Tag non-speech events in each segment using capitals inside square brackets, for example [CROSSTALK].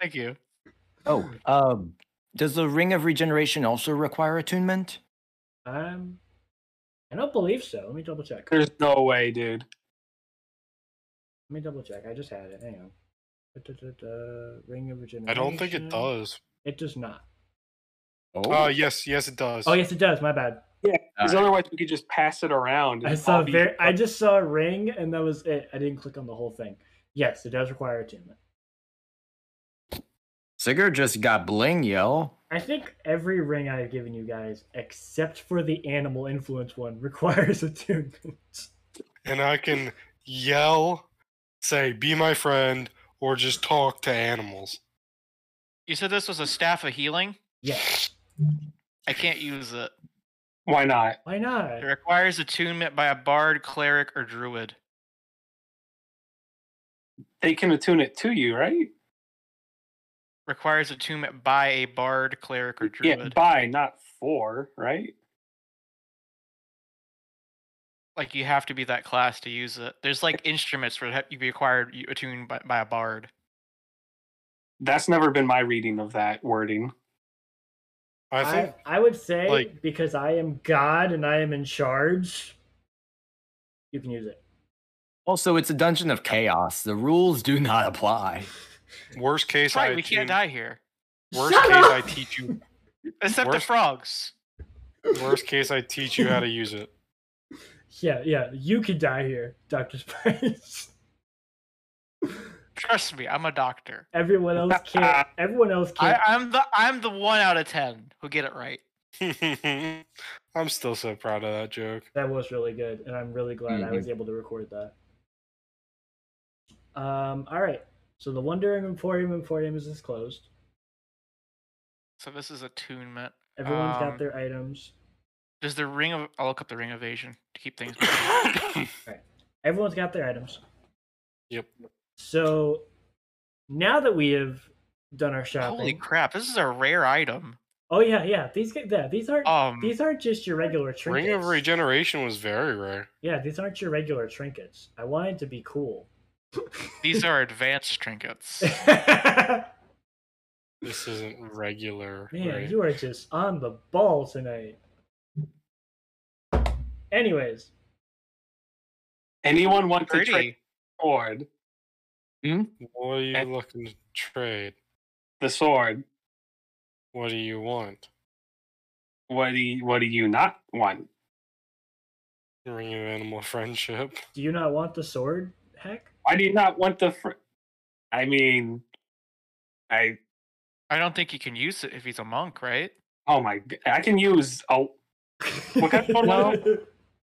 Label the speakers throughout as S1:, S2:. S1: Thank you.
S2: Oh, um, does the Ring of Regeneration also require attunement?
S3: Um, I don't believe so. Let me double check. Let
S1: There's no way, dude.
S3: me double check. I just had it. Hang on. Da-da-da-da, Ring of Regeneration.
S1: I don't think it does.
S3: It does not.
S1: Oh, yes, yes, it does.
S3: Oh yes, it does. My bad.
S4: Because
S2: Alright.
S4: otherwise, we could just pass it around.
S3: I
S4: and
S3: saw
S4: all these-
S3: very. I just saw a ring, and that was it. I didn't click on the whole thing. Yes, it does require attunement.
S2: Sigurd just got bling, yo.
S3: I think every ring I've given you guys, except for the animal influence one, [LAUGHS] requires attunement.
S1: And I can yell, say, be my friend, or just talk to animals.
S5: You said this was a staff of healing?
S3: Yes.
S5: I can't use it.
S4: Why not?
S3: Why not?
S5: It requires attunement by a bard, cleric, or druid.
S4: They can attune it to you, right?
S5: Requires attunement by a bard, cleric, or druid.
S4: Yeah, by not for, right?
S5: like you have to be that class to use it. There's like instruments for that you be required you attuned by, by a bard.
S4: That's never been my reading of that wording.
S1: I think
S3: I, I would say
S1: like-
S3: because I am God and I am in charge, you can use it.
S2: Also, it's a dungeon of chaos. The rules do not apply.
S1: worst case,
S5: That's right,
S1: I
S5: we
S1: attune,
S5: can't die here.
S1: worst
S3: Shut
S1: case
S3: up!
S1: I teach you.
S5: Except the
S1: Worst-
S5: frogs.
S1: Worst case I teach you how to use it.
S3: [LAUGHS]
S1: [LAUGHS]
S3: Yeah, yeah, you could die here, Doctor Spice. [LAUGHS]
S5: Trust me, I'm a doctor.
S3: everyone else can't. Everyone else
S5: I,
S3: can't.
S5: I'm the I'm the one out of ten who get it right.
S1: I'm still so proud of that joke.
S3: That was really good, and I'm really glad I
S2: Mhm.
S3: was able to record that. Um, all right. So the Wondering Emporium Emporium is disclosed.
S5: So this is attunement.
S3: Everyone's
S5: Um,
S3: got their items.
S5: Does the ring of I'll look up the ring of evasion to
S4: [COUGHS]
S5: keep things
S3: Everyone's got their items.
S1: Yep.
S3: So now that we have done our shopping,
S5: Holy crap, this is a rare item.
S3: oh yeah, yeah, these get yeah, these aren't
S5: Um
S3: these aren't just your regular trinkets.
S1: Ring of Regeneration was very rare.
S3: yeah, these aren't your regular trinkets. I wanted to be
S4: [LAUGHS]
S3: cool.
S5: these are advanced
S3: [LAUGHS]
S5: trinkets.
S3: Man,
S1: This isn't regular. right?
S3: you are just on the ball tonight. Anyways,
S4: Anyone want to trade
S5: Pretty.
S4: sword?
S1: What are you
S4: Eh.
S1: looking to trade?
S4: The sword.
S1: What do you want?
S4: What do you, what do you not want?
S1: Ring of Animal [LAUGHS] Friendship.
S3: do you not want the sword? Heck,
S4: Why do you not want the? Fr- I mean, I
S5: I don't think he can use it if he's a monk, right?
S4: oh my! g- I can use oh What kind of sword was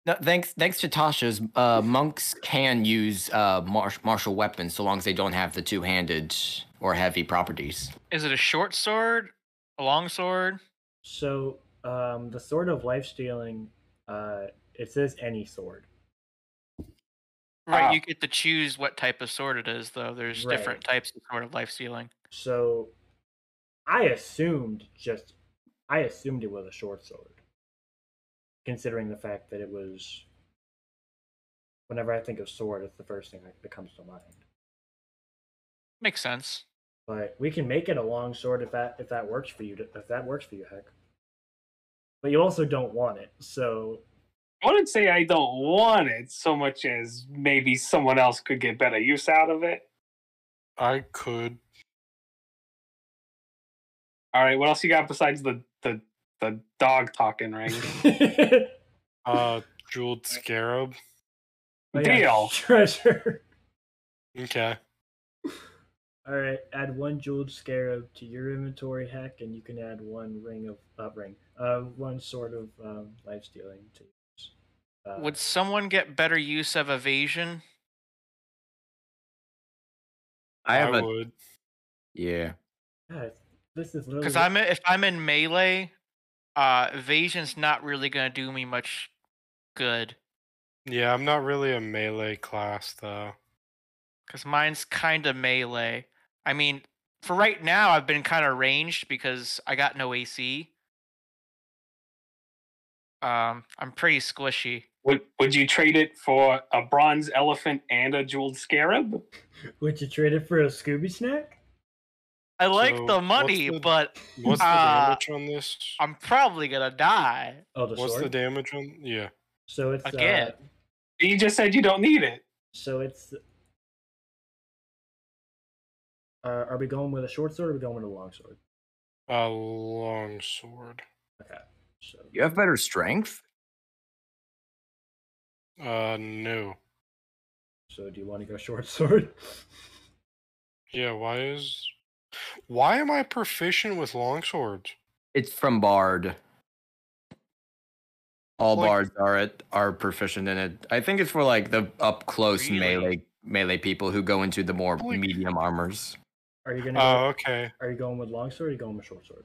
S2: No, thanks, thanks to Tasha's, uh, monks can use uh, mar- martial weapons so long as they don't have the two-handed or heavy properties.
S5: Is it a short sword? A long sword?
S3: So, um, the sword of life stealing, uh, it says any sword.
S5: Right,
S4: Ah.
S5: you get to choose what type of sword it is, though. There's
S3: Right.
S5: different types of sword of life stealing.
S3: So, I assumed just, I assumed it was a short sword, considering the fact that it was. Whenever I think of sword, it's the first thing that comes to mind.
S5: Makes sense.
S3: But we can make it a long sword if that if that works for you. To, if that works for you, heck. But you also don't want it, so
S4: I wouldn't say I don't want it so much as maybe someone else could get better use out of it.
S1: I could.
S4: All right, what else you got besides the the the dog talking ring?
S1: Uh, Jeweled Scarab.
S3: [LAUGHS] But
S4: Deal.
S3: treasure.
S1: Okay.
S3: All right, add one jeweled scarab to your inventory hack, and you can add one ring of uh, ring, uh, one sort of um, life stealing to. yours. Uh,
S5: Would someone get better use of evasion?
S2: I have a
S1: would.
S2: yeah.
S3: God, this is literally
S5: Because I'm i- if I'm in melee, uh, evasion's not really gonna do me much good.
S1: Yeah, I'm not really a melee class though.
S5: Because mine's kind of melee. I mean, for right now, I've been kind of ranged because I got no AC. Um, I'm pretty squishy.
S4: Would would you trade it for a bronze elephant and a jeweled scarab?
S3: Would you trade it for a Scooby snack?
S5: I like
S1: So,
S5: the
S1: what's
S5: money,
S1: the-
S5: but
S1: What's the
S5: Uh,
S1: damage on this?
S5: I'm probably gonna die.
S3: Oh, the
S1: What's
S3: sword.
S1: the damage on? Yeah.
S3: so it's
S5: Again.
S3: Uh,
S4: You just said you don't need it.
S3: so it's. Uh, are we going with a short sword or are we going with a long sword?
S1: A long sword.
S3: Okay. So
S2: You have better strength.
S1: Uh, no.
S3: so do you want to go [LAUGHS] short sword?
S1: Yeah. Why is? Why am I proficient with long swords?
S2: It's from Bard. All
S1: Like-
S2: bards are it are proficient in it. I think it's for like the up close
S5: Really?
S2: melee melee people who go into the more
S1: Like-
S2: medium armors.
S3: Are you gonna?
S1: Oh, okay.
S3: Are you going with long sword or are you going with short sword?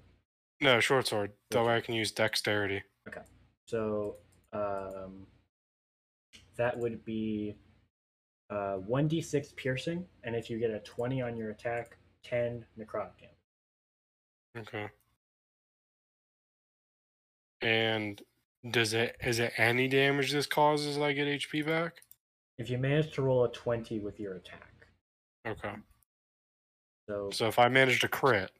S1: No, short sword. That way I can use dexterity.
S3: So um, that would be uh, 1d6 piercing, and if you get a 20 on your attack, 10 necrotic damage.
S1: Okay. And does it is it any damage this causes that I get HP back?
S3: If you manage to roll a 20 with your attack,
S1: Okay.
S3: so,
S1: So if I manage to crit,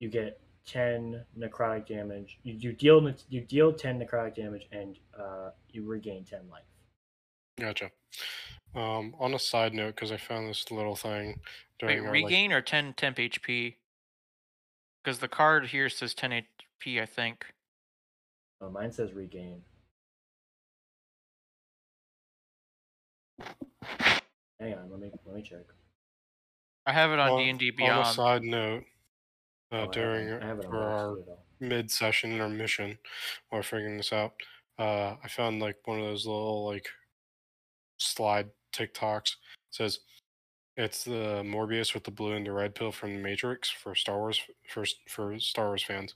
S3: you get 10 necrotic damage. You, you deal ne- you deal 10 necrotic damage, and uh, you regain 10 life.
S1: gotcha. Um, on a side note, because I found this little thing
S5: Wait,
S1: during our, like-
S5: regain or 10 temp HP? Because the card here says 10 HP, I think.
S3: Oh, mine says regain. Hang on, let me let me check.
S5: I have it on
S1: on-
S5: D and D
S1: on a
S5: Beyond.
S1: side note,
S3: Oh, I
S1: uh,
S3: have it
S1: during
S3: on- I have it on
S1: for
S3: my
S1: our
S3: sheet at all.
S1: mid session intermission while figuring this out, uh, I found like one of those little like slide TikToks. It says it's the Morbius with the blue and the red pill from the Matrix for Star Wars for for Star Wars fans.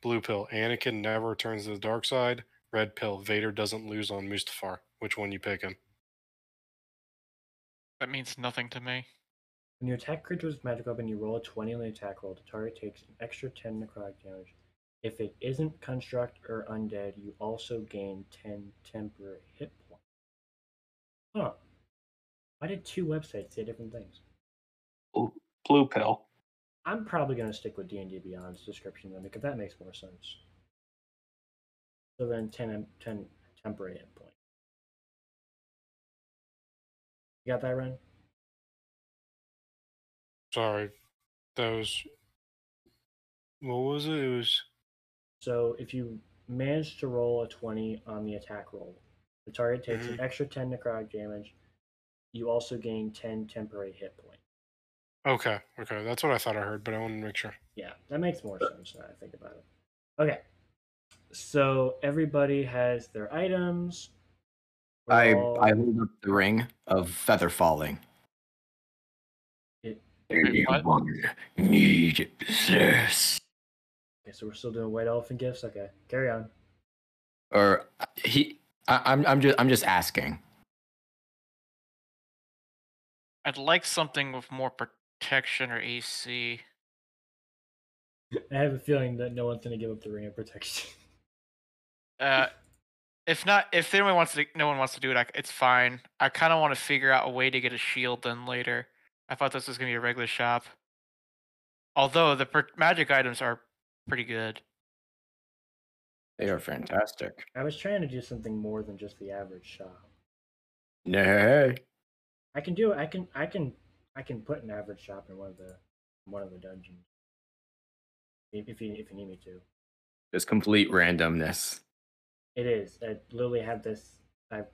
S1: Blue pill: Anakin never turns to the dark side. Red pill: Vader doesn't lose on Mustafar. Which one you picking?
S5: That means nothing to me.
S3: When you attack creatures with magic weapon, you roll a 20 on the attack roll. The target takes an extra 10 necrotic damage. If it isn't construct or undead, you also gain 10 temporary hit points. Huh. Why did two websites say different things?
S4: Blue pill.
S3: I'm probably going to stick with D&D Beyond's description then, because that makes more sense. So then 10, em- 10 temporary hit points. You got that, Ren?
S1: Sorry, those. What was it? It was
S3: So if you manage to roll a 20 on the attack roll, the target takes
S2: Mm-hmm.
S3: an extra 10 necrotic damage. You also gain 10 temporary hit points.
S1: okay. Okay, that's what I thought I heard, but I wanted to make sure.
S3: Yeah, that makes more sense now I think about it. Okay. So everybody has their items. We're
S2: I
S3: all-
S2: I hold up the ring of feather falling.
S3: It-
S5: Wait, what?
S2: Anyone need this?
S3: Okay, so we're still doing white elephant gifts. Okay, carry on.
S2: Or uh, he? I, I'm I'm just I'm just asking.
S5: I'd like something with more protection or AC.
S3: I have a feeling that no one's gonna give up the ring of protection. [LAUGHS]
S5: Uh, if not, if anyone wants to, no one wants to do it. I, c- it's fine. I kind of want to figure out a way to get a shield then later. I thought this was gonna be a regular shop. Although the per- magic items are pretty good.
S2: They are fantastic.
S3: I was trying to do something more than just the average shop.
S2: Nay.
S3: I can do. I can. I can. I can put an average shop in one of the one of the dungeons. If if you if you need me to,
S2: Just complete randomness.
S3: it is. I literally have this. I've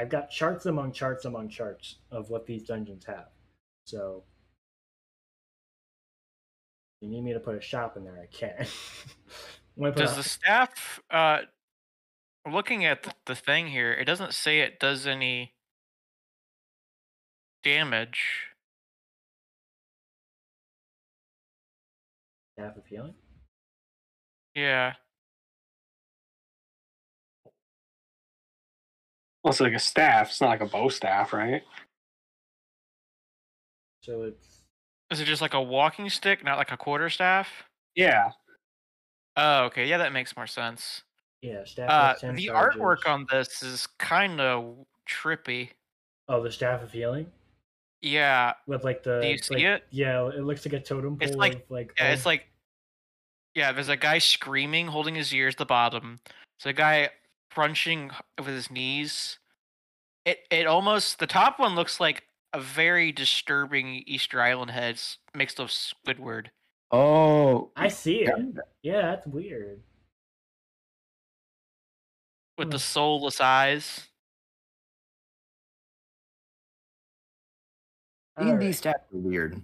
S3: I've got charts among charts among charts of what these dungeons have. So if you need me to put a shop in there, I can. [LAUGHS] When I put
S5: Does
S3: a-
S5: the staff? Uh, looking at th- the thing here, it doesn't say it does any damage.
S3: staff of healing?
S5: Yeah.
S4: Well, it's like a staff. It's not like a bow staff, right?
S3: So it's
S5: Is it just like a walking stick, not like a quarter staff?
S4: Yeah.
S5: Oh, okay. Yeah, that makes more sense.
S3: yeah, staff.
S5: Uh,
S3: has 10
S5: the
S3: charges.
S5: artwork on this is kind of trippy.
S3: oh the staff of healing.
S5: Yeah,
S3: with like the.
S5: Do you
S3: it's
S5: see
S3: like-
S5: it?
S3: Yeah, it looks like a totem pole.
S5: It's like-
S3: of, like,
S5: yeah,
S3: all-
S5: it's like, yeah, there's a guy screaming, holding his ears to the bottom. There's a guy crunching h- with his knees. It it almost the top one looks like a very disturbing Easter Island heads mixed with Squidward.
S2: Oh,
S3: I see it.
S2: Yeah.
S3: Yeah, that's weird.
S5: with the
S3: Hmm.
S5: soulless eyes.
S2: D E and D
S3: Alright,
S2: stats are weird.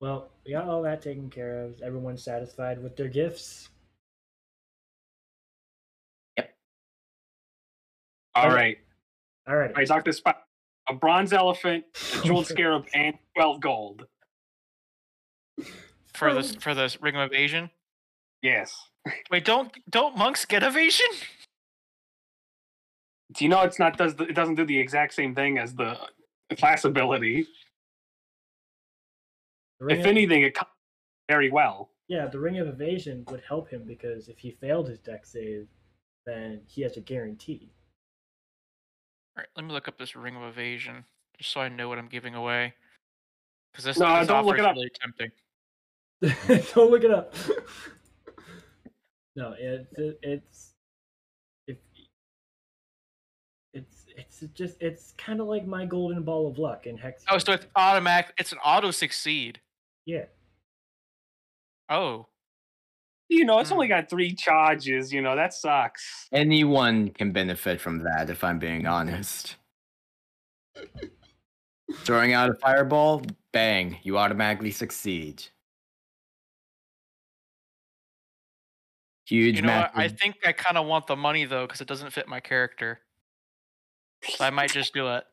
S3: Well, we got all that taken care of. Everyone's satisfied with their gifts.
S4: All right.
S3: All right.
S4: All
S3: [LAUGHS]
S4: right, Dr. Spot. A bronze elephant, a jeweled scarab, and 12 gold.
S5: for this for this ring of evasion.
S4: Yes.
S5: Wait, don't don't monks get evasion?
S4: Do you know it's not does the, it doesn't do the exact same thing as the class ability?
S3: The ring
S4: if
S3: of-
S4: anything, it comes very well.
S3: yeah, the ring of evasion would help him because if he failed his deck save, then he has a guarantee. [LAUGHS]
S5: All right, let me look up this ring of evasion just so I know what I'm giving away. Because this,
S4: No,
S5: this
S4: don't look
S5: offer
S4: it
S5: is
S4: up.
S5: really tempting.
S3: Don't look it up. [LAUGHS] no, it, it, it's if it's it's just it's kind of like my golden ball of luck in hex.
S5: Oh, so it's automatic. It's an auto succeed.
S3: yeah.
S5: Oh,
S4: You know, it's
S5: Hmm.
S4: only got three charges. You know, that sucks.
S2: Anyone can benefit from that, if I'm being honest. Throwing out a fireball, bang, you automatically succeed. Huge
S5: you know what? I
S2: massive-
S5: think I kind of want the money though because it doesn't fit my character. So I might just do it.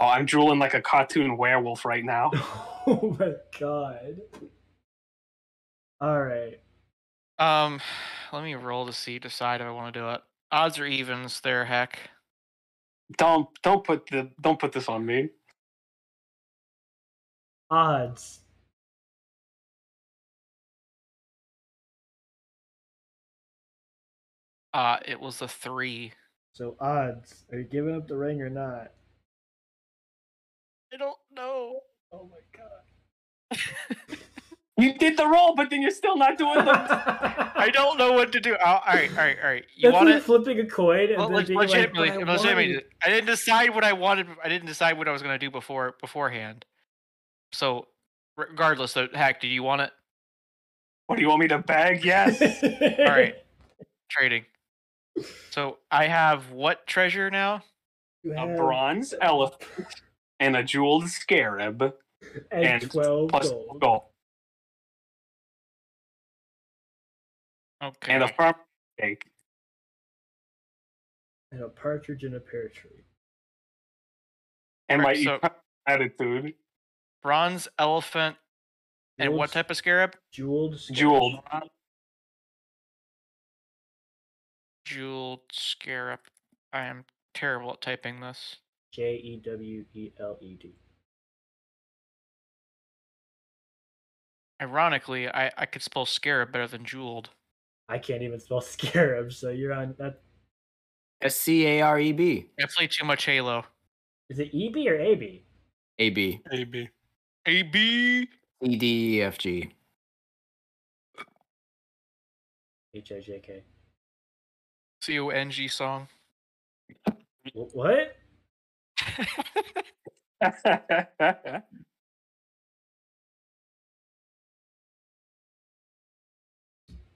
S4: Oh, I'm drooling like a cartoon werewolf right now. [LAUGHS]
S3: [LAUGHS] Oh my god. All right.
S5: Um, [SIGHS] let me roll to see decide if I want to do it. Odds or evens? There, heck.
S4: Don't don't put the don't put this on me.
S3: Odds.
S5: Uh, it was a three.
S3: So odds. Are you giving up the ring or not?
S5: I don't know.
S3: Oh my [LAUGHS] god.
S4: You did the roll, but then you're still not doing
S3: [LAUGHS]
S4: the.
S5: [LAUGHS] I don't know what to do. Oh, all right, all right, all right. You
S3: That's
S5: want
S3: like
S5: it?
S3: flipping a coin [LAUGHS] and
S5: Well,
S3: then
S5: leg-
S3: being like,
S5: legitimately,
S3: "But I
S5: legitimately,
S3: wanted it."
S5: I didn't decide what I wanted. I didn't decide what I was going to do before beforehand. So, regardless, though, hack. Do you want it?
S4: What do you want me to
S3: [LAUGHS]
S4: bag? Yes.
S5: right. Trading. So I have what treasure now?
S3: You
S4: a
S3: have-
S4: bronze elephant and a jeweled scarab
S3: and,
S4: and
S3: 12
S4: plus
S3: gold.
S4: gold
S5: Okay.
S4: and a farm steak.
S3: and a partridge in a pear tree.
S4: and my
S5: Right, so-
S4: eternal attitude
S5: bronze elephant and what
S3: Jeweled-
S5: type of scarab?
S3: Jeweled. scarab.
S4: jeweled.
S5: Jeweled scarab. I am terrible at typing this.
S3: J e w e l e d.
S5: Ironically, I I could spell scarab better than jeweled.
S3: I can't even spell [LAUGHS] scarab, so you're on. That
S2: S C A R E B.
S5: I play too much Halo.
S3: is it E B or A B?
S2: A B
S1: Maybe.
S5: A B.
S2: E D E F G.
S3: H I J K.
S5: C O N G song.
S3: Wh- What?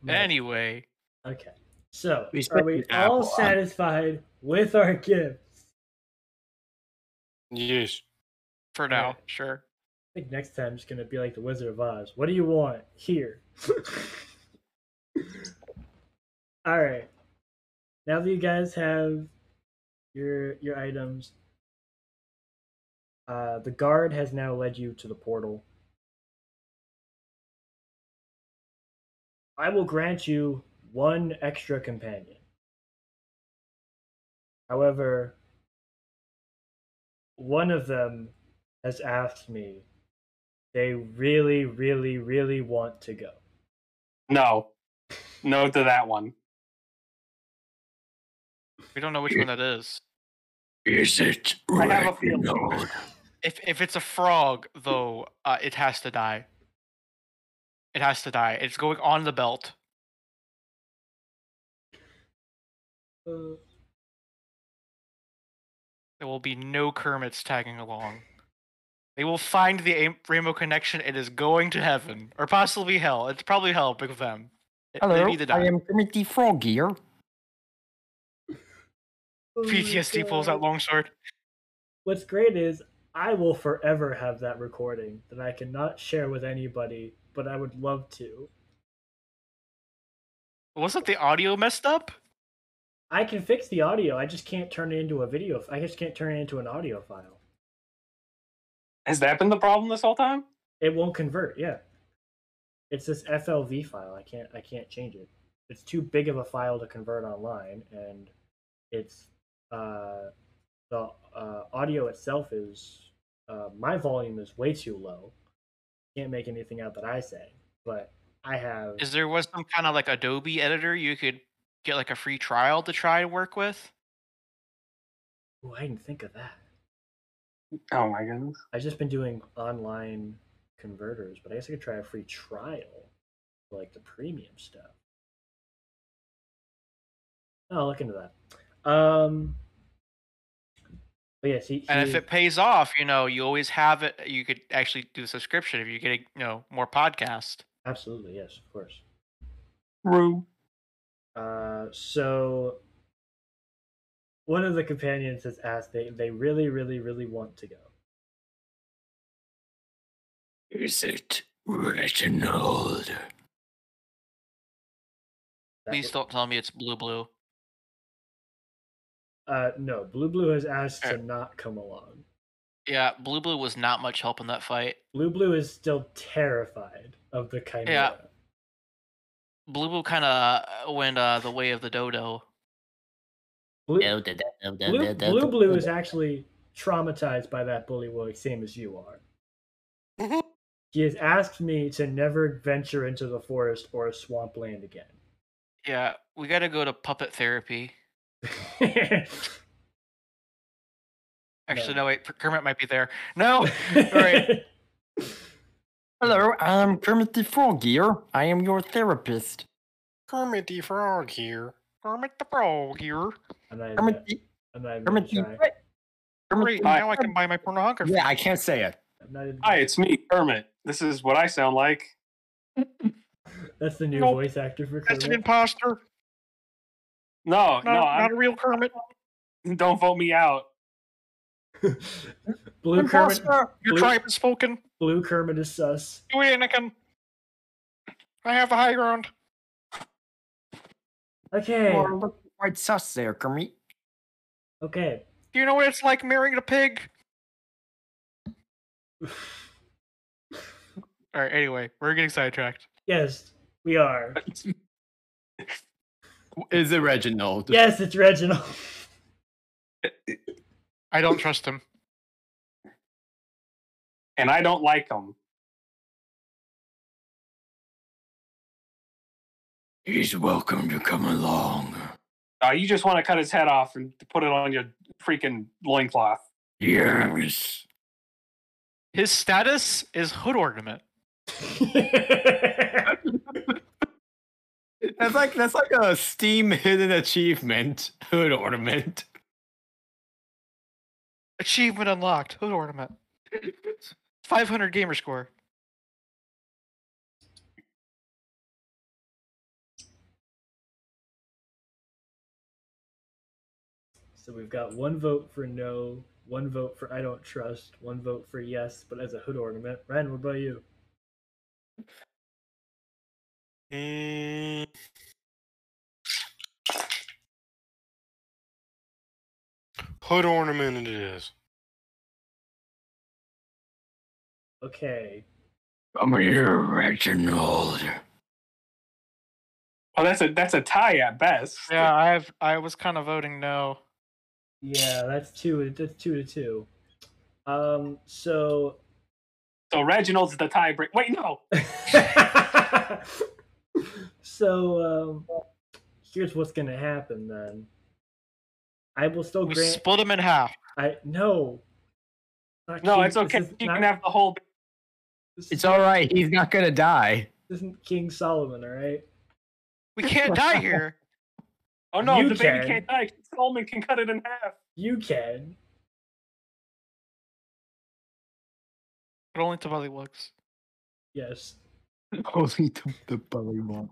S3: No.
S5: Anyway,
S3: Okay. So
S2: We
S3: are
S2: spent
S3: we
S2: an
S3: all
S2: apple on-
S3: satisfied with our gifts?
S1: Yes.
S5: for now, sure.
S3: I think next time it's gonna be like the Wizard of Oz. What do you want? Here. All right. Now that you guys have your your items, uh, the guard has now led you to the portal. I will grant you one extra companion. However, one of them has asked me they really, really, really want to go.
S4: [LAUGHS] no, no to that one.
S5: We don't know which one that is.
S2: Is it
S4: I have a feeling.
S2: Ragnarok?
S5: If if it's a frog though, uh, it has to die. It has to die. It's going on the belt.
S3: Uh,
S5: There will be no Kermits tagging along. They will find the aim- Rainbow Connection. It is going to heaven, or possibly hell. It's probably hell because of them. It- they
S2: Hello,
S5: need to
S2: I
S5: die.
S2: am Kermit the Frog here.
S3: oh my
S5: PTSD pulls out
S3: God.
S5: longsword.
S3: What's great is I will forever have that recording that I cannot share with anybody, but I would love to.
S5: Wasn't the audio messed up?
S3: I can fix the audio. I just can't turn it into a video. f- I just can't turn it into an audio file.
S4: Has that been the problem this whole time?
S3: It won't convert. Yeah, it's this FLV file. I can't. I can't change it. It's too big of a file to convert online, and it's uh, the uh, audio itself is uh, my volume is way too low. Can't make anything out that I say, but I have.
S5: Is there was some kind of like Adobe editor you could get like a free trial to try and work with?
S3: Ooh, I didn't think of that.
S4: Oh my goodness.
S3: I've just been doing online converters, but I guess I could try a free trial for like the premium stuff. Oh, I'll look into that. Um, but yes, he,
S5: And if
S3: he-
S5: it pays off, you know, you always have it. You could actually do a subscription if you get, you know, more podcast.
S3: absolutely yes, of course.
S4: Rue.
S3: Uh, so one of the companions has asked they they really really really want to go.
S2: Is it Reginald?
S3: That
S5: Please
S3: w-
S5: don't tell me it's blue blue.
S3: Uh, no, Blue Blue has asked
S5: Uh,
S3: to not come along.
S5: Yeah, blue blue was not much help in that fight.
S3: Blue Blue is still terrified of the chimera.
S5: Blue Blue kind of went uh, the way of the dodo.
S3: Blue, Blue, Blue Blue is actually traumatized by that bullywug, same as you are. He has asked me to never venture into the forest or a swampland
S5: [LAUGHS] Yeah, we got to go to puppet therapy.
S3: again.
S5: Actually,
S3: No.
S5: no, wait, Kermit might be there.
S3: [LAUGHS]
S5: No, Alright.
S2: Hello, I'm Kermit the Frog here. I am your therapist.
S1: Kermit the Frog here.
S5: Kermit the Frog here.
S3: I'm not even
S2: Kermit
S3: gonna-
S2: the
S3: I'm not even gonna
S2: Kermit the
S3: try.
S2: Frog. Kermit
S5: Great,
S2: the
S5: now I can buy my pornography.
S2: Yeah, I can't say it.
S3: I'm not even
S4: Hi, it's me, Kermit. This is what I sound like.
S3: That's the new
S5: Nope.
S3: voice actor for
S5: That's an
S3: Kermit.
S5: imposter.
S4: No, no,
S5: No,
S4: I'm,
S5: not a real Kermit.
S4: [LAUGHS] don't vote me out.
S3: Blue Kermit,
S5: Imposter, Your
S3: Blue-
S5: tribe has spoken.
S3: Blue Kermit is sus.
S5: Do it, Anakin. I have the high ground.
S3: Okay,
S2: Well, look quite sus there, Kermit.
S3: okay.
S5: Do you know what it's like marrying
S3: [SIGHS]
S5: a pig? All right. Anyway, we're getting sidetracked.
S3: Yes, we are.
S2: [LAUGHS] Is it Reginald?
S3: Yes, it's
S5: [LAUGHS]
S3: Reginald. [LAUGHS]
S5: I don't trust him.
S4: And I don't like him.
S2: He's welcome to come along.
S4: Uh, you just want to cut his head off and put it on your freaking loincloth.
S2: Yes.
S5: His status is hood ornament.
S2: That's like that's like a Steam hidden achievement hood ornament.
S5: Achievement unlocked. Hood ornament. 500 gamer score.
S3: So we've got one vote for no, one vote for I don't trust, one vote for yes, but as a hood ornament. Ryan, what about you?
S1: Mm, Hood ornament it is.
S3: Okay.
S2: Come here, Reginald.
S4: Oh, that's a that's a tie at best.
S5: Yeah, I've I was kind of voting no.
S3: Yeah, that's two that's two to two. Um so
S4: So Reginald's the tie break. Wait, no.
S3: [LAUGHS] So um here's what's gonna happen then. I will still
S5: we
S3: grant.
S5: split them in half.
S3: I no. Not
S4: No,
S3: king-
S4: it's okay.
S3: This is
S4: You
S3: not-
S4: can have the whole.
S3: this is
S2: It's
S3: not-
S2: all right. He's not gonna die.
S3: This isn't King Solomon, all right?
S5: We can't
S3: [LAUGHS]
S5: die here.
S4: Oh no,
S3: You
S4: the
S3: can.
S4: baby can't die. Solomon can cut it in half.
S3: You can.
S5: But only to Bobby looks.
S3: Yes.
S2: Only the, the bullywug.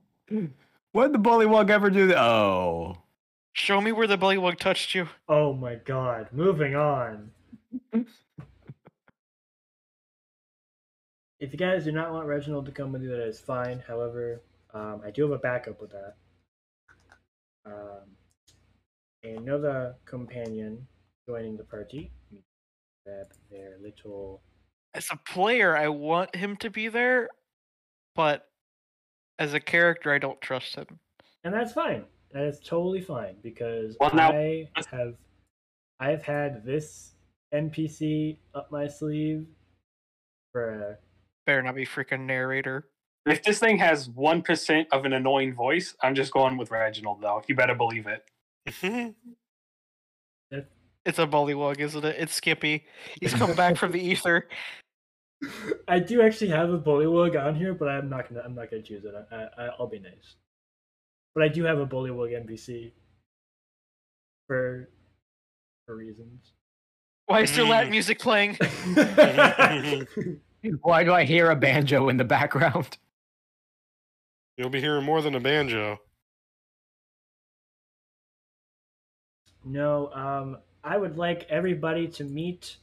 S2: What did the bullywug ever do? That? Oh,
S5: Show me where the bullywug touched you.
S3: Oh my god. Moving on. if you guys do not want Reginald to come with you, that is fine. However, um, I do have a backup with that. Um, another companion joining the party. Let me Grab their little.
S5: As a player, I want him to be there, but as a character, I don't trust him.
S3: and that's fine. That is totally fine because
S4: Well, now-
S3: I have I have had this NPC up my sleeve for
S5: Better not be freaking narrator.
S4: If this thing has one percent of an annoying voice, I'm just going with Reginald though. You better believe it.
S5: It's a bullywug, isn't it? It's Skippy. He's come back from [LAUGHS] the ether.
S3: uh, I do actually have a bullywug on here, but I'm not gonna I'm not gonna choose it. I, I I'll be nice, but I do have a bullywug NPC for for reasons. [LAUGHS]
S5: Why is there Latin music playing?
S2: why do I hear a banjo in the background?
S1: You'll be hearing more than a banjo.
S3: no, um, I would like everybody to meet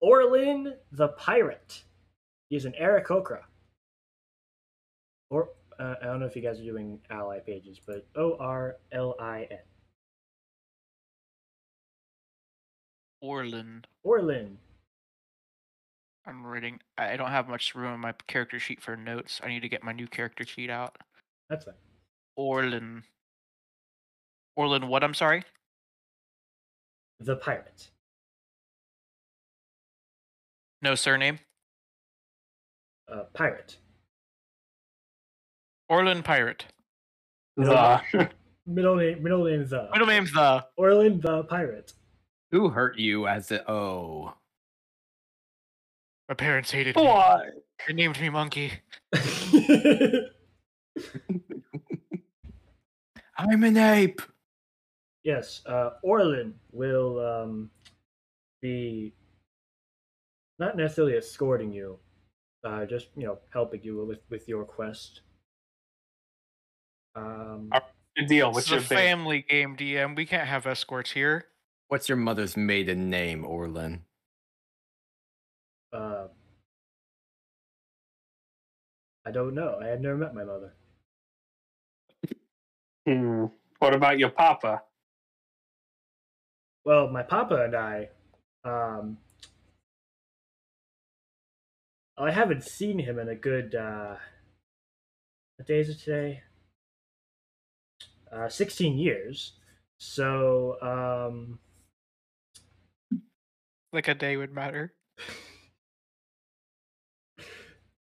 S3: Orlin the pirate. He's an Arakocra. Or uh, I don't know if you guys are doing ally pages, but O R L I N.
S5: Orlin.
S3: Orlin.
S5: I'm reading. I I don't have much room in my character sheet for notes. I need to get my new character sheet out.
S3: That's fine.
S5: Orlin. Orlin, what? I'm sorry.
S3: The pirate.
S5: No surname.
S3: Uh, pirate.
S5: Orlin Pirate.
S4: The-
S3: Middle name. Middle name the.
S5: Middle name's uh, the.
S3: Orlin the pirate.
S2: [LAUGHS]
S3: [LAUGHS]
S2: Who hurt you as the oh?
S5: My parents hated me.
S4: Why?
S5: They named me Monkey.
S2: I'm an ape.
S3: yes. Uh, Orlin will um, be not necessarily escorting you, uh, just you know helping you with with your quest. Um,
S4: Are- Good deal.
S5: It's
S4: What's
S5: a
S4: your thing?
S5: family game, DM. We can't have escorts here.
S2: What's your mother's maiden name, Orlin?
S3: uh, I don't know. I had never met my mother.
S4: Hmm. What about your papa?
S3: Well, my papa and I, um, I haven't seen him in a good, uh, what day is it today? Uh, 16 years. So, um,
S5: Like a day would matter.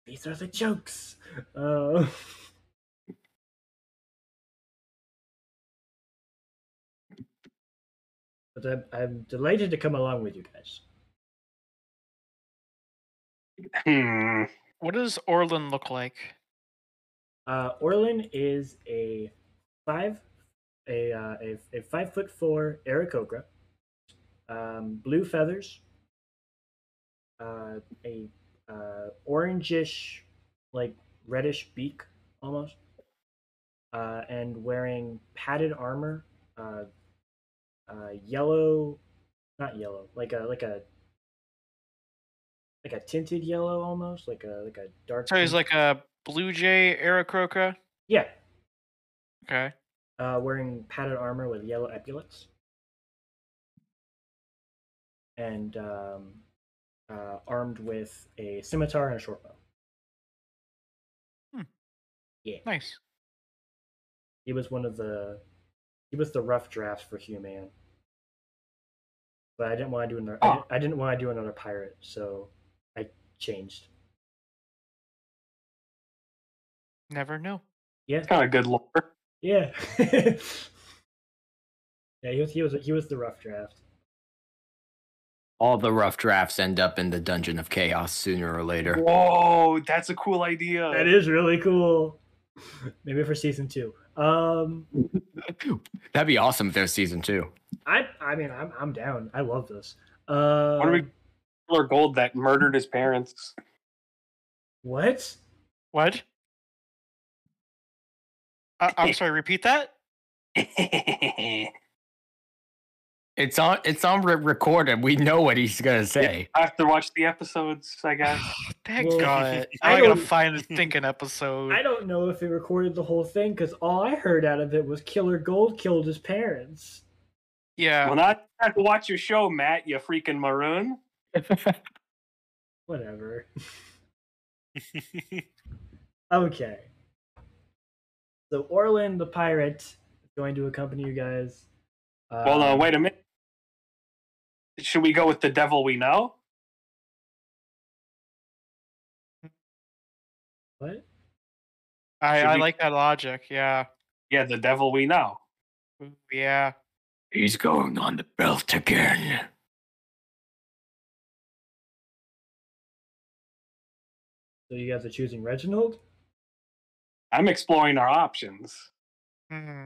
S3: these are the jokes. Uh, [LAUGHS] but I'm, I'm delighted to come along with you guys.
S4: Hmm.
S5: What does Orlin look like?
S3: Uh, Orlin is a five, a uh, a, a five foot four Aarakocra. Um, blue feathers. Uh, a uh, orangish, like reddish beak almost, uh, and wearing padded armor. Uh, uh, yellow, not yellow, like a like a like a tinted yellow almost, like a like a dark.
S5: So he's
S3: pink-
S5: like a blue jay Aracroca.
S3: yeah,
S5: Okay.
S3: uh, wearing padded armor with yellow epaulets. And um, uh, armed with a scimitar and a short bow.
S5: Nice.
S3: He was one of the he was the rough drafts for Hugh Man. But I didn't want to do another I
S4: Ah.
S3: didn't, I didn't want to do another pirate, so I changed.
S5: Never know.
S3: Yeah,
S4: Kind of good lore.
S3: yeah. [LAUGHS] Yeah, he was he was he was the rough draft.
S2: All the rough drafts end up in the dungeon of chaos sooner or later.
S4: Whoa, that's a cool idea.
S3: That is really cool. Maybe for season two. Um,
S2: That'd be awesome if there's season two.
S3: I I mean I'm I'm down. I love this. Uh,
S4: do we- Or Gold that murdered his
S5: [LAUGHS]
S4: parents.
S3: what?
S5: What? I- I'm sorry. Repeat that.
S4: I
S2: It's on. It's on re- recorded. We know what he's gonna say.
S4: have to watch the episodes, I guess.
S3: [LAUGHS]
S5: Thank
S3: Well,
S4: [LAUGHS]
S5: God.
S3: I
S5: I gotta
S3: don't-
S5: find
S3: [LAUGHS]
S5: a thinking episode.
S3: I don't know if they recorded the whole thing because all I heard out of it was Killer Gold killed his parents.
S5: yeah.
S4: [LAUGHS] Well, not have to watch your show, Matt. You freaking maroon.
S3: Whatever. [LAUGHS] Okay. So Orlin the pirate is going to accompany you guys. Uh,
S4: Well, no, wait a minute. Should we go with the devil we know?
S3: What?
S5: I,
S4: should
S5: I
S4: we-
S5: like that logic. Yeah.
S4: Yeah, the devil we know.
S5: Ooh, Yeah.
S2: he's going on the belt again.
S3: So you guys are choosing Reginald?
S4: I'm exploring our options.
S5: Hmm.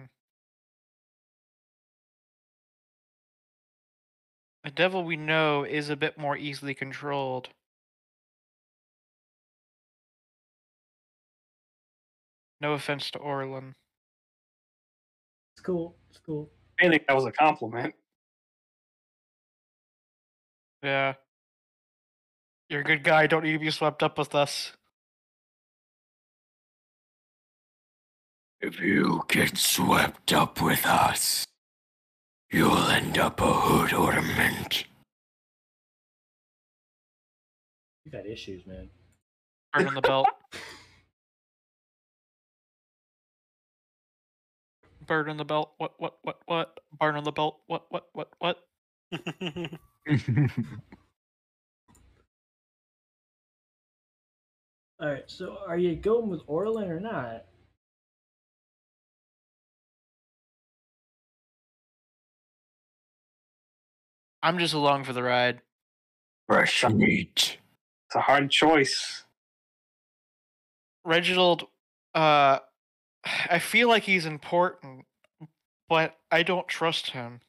S5: The devil we know is a bit more easily controlled. No offense to Orlin.
S3: It's cool. It's cool.
S4: I think that was a compliment.
S5: Yeah. You're a good guy. Don't need to be swept up with us.
S2: If you get swept up with us, you'll end up a hood [LAUGHS] ornament.
S3: You got issues, man.
S5: Burn on the belt. Bird on the belt. What? What? What? What? Barn on the belt. What? What? What? What?
S3: All right. So are you going with Orlin or not?
S5: I'm just along for the ride.
S2: Fresh meat.
S4: It's a hard choice.
S5: Reginald, uh, [SIGHS] I feel like he's important, but I don't trust him.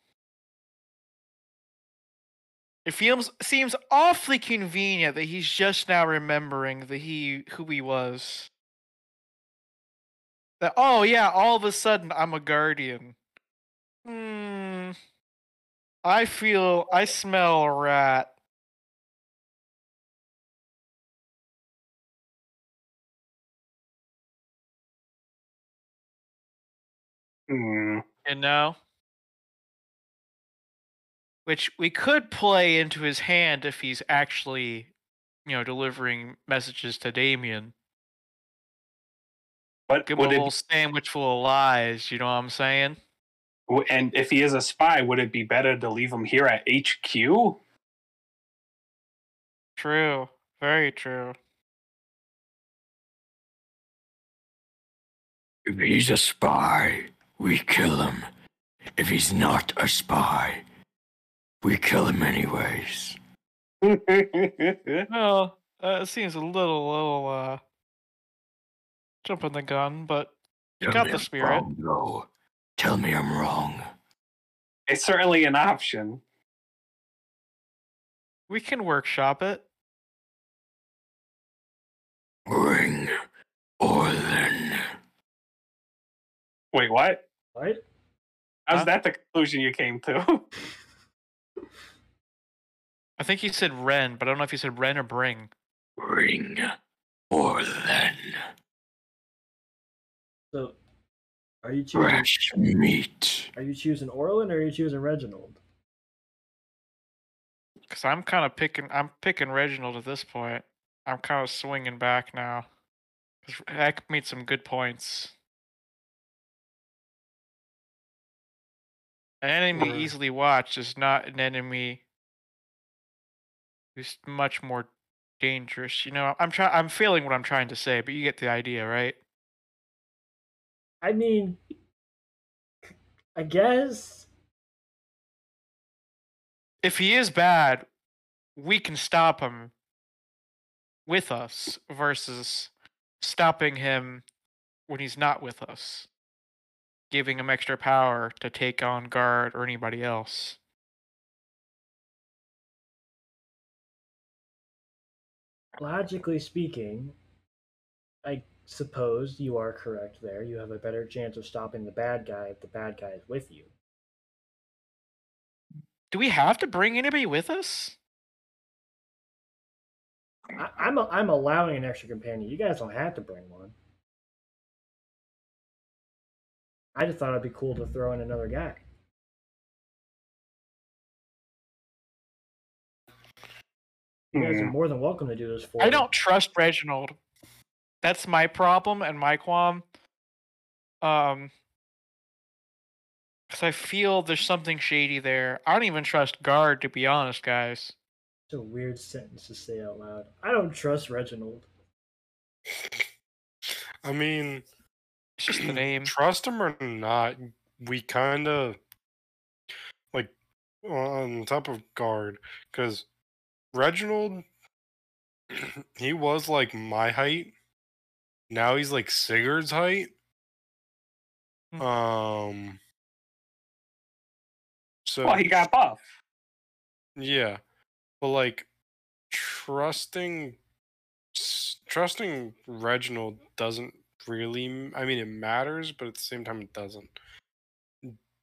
S5: It feels seems awfully convenient that he's just now remembering that he who he was. That oh yeah, all of a sudden I'm a guardian. Hmm. I feel I smell a rat.
S4: Hmm.
S5: you know which we could play into his hand if he's actually you know delivering messages to damien
S4: But
S5: give him a
S4: would it,
S5: little sandwich full of lies you know what i'm saying
S4: w- and if he is a spy, would it be better to leave him here at [LAUGHS] HQ?
S5: true very true
S2: If he's a spy, we kill him. If he's not a spy, we kill him anyways.
S5: well uh, it seems a little little uh jumping the gun but
S2: Tell
S5: got
S2: me
S5: the
S2: I'm
S5: spirit.
S2: wrong, though. Tell me I'm wrong.
S4: it's certainly an option.
S5: we can workshop it
S2: Bring Orlin.
S4: Wait, what?
S3: What?
S4: How's
S5: Huh?
S4: that the conclusion you came to? [LAUGHS]
S5: i think he said ren but i don't know if he said ren or bring
S2: Bring Orlin.
S3: So are you choosing?
S2: Fresh meat.
S3: Are you choosing Orlin or are you choosing Reginald?
S5: Cause I'm kind of picking, I'm picking Reginald at this point. I'm kind of swinging back now. Cause Heck made some good points. An enemy
S4: Or-
S5: easily watched is not an enemy who's much more dangerous. You know, I'm trying, I'm feeling what I'm trying to say, but you get the idea, right?
S3: I mean, I guess
S5: if he is bad, we can stop him with us versus stopping him when he's not with us, giving him extra power to take on guard or anybody else.
S3: Logically speaking, I suppose you are correct there. You have a better chance of stopping the bad guy if the bad guy is with you.
S5: Do we have to bring anybody with us?
S3: I, I'm a, I'm allowing an extra companion. You guys don't have to bring one. I just thought it'd be cool to throw in another guy. You guys are more than welcome to do this for.
S5: Mm-hmm. I
S3: me.
S5: don't trust Reginald. That's my problem and my qualm. Um, because I feel there's something shady there. I don't even trust guard to be honest, guys.
S3: It's a weird sentence to say out loud. I don't trust Reginald.
S1: I mean,
S5: It's just the name.
S1: trust him or not, we kind of like on top of guard because Reginald, [CLEARS THROAT] he was like my height. Now he's like Sigurd's height.
S5: Hmm.
S1: Um. So
S4: [LAUGHS] Well, he got buff.
S1: yeah, but like trusting s- trusting Reginald doesn't really. m- I mean, it matters, but at the same time, it doesn't.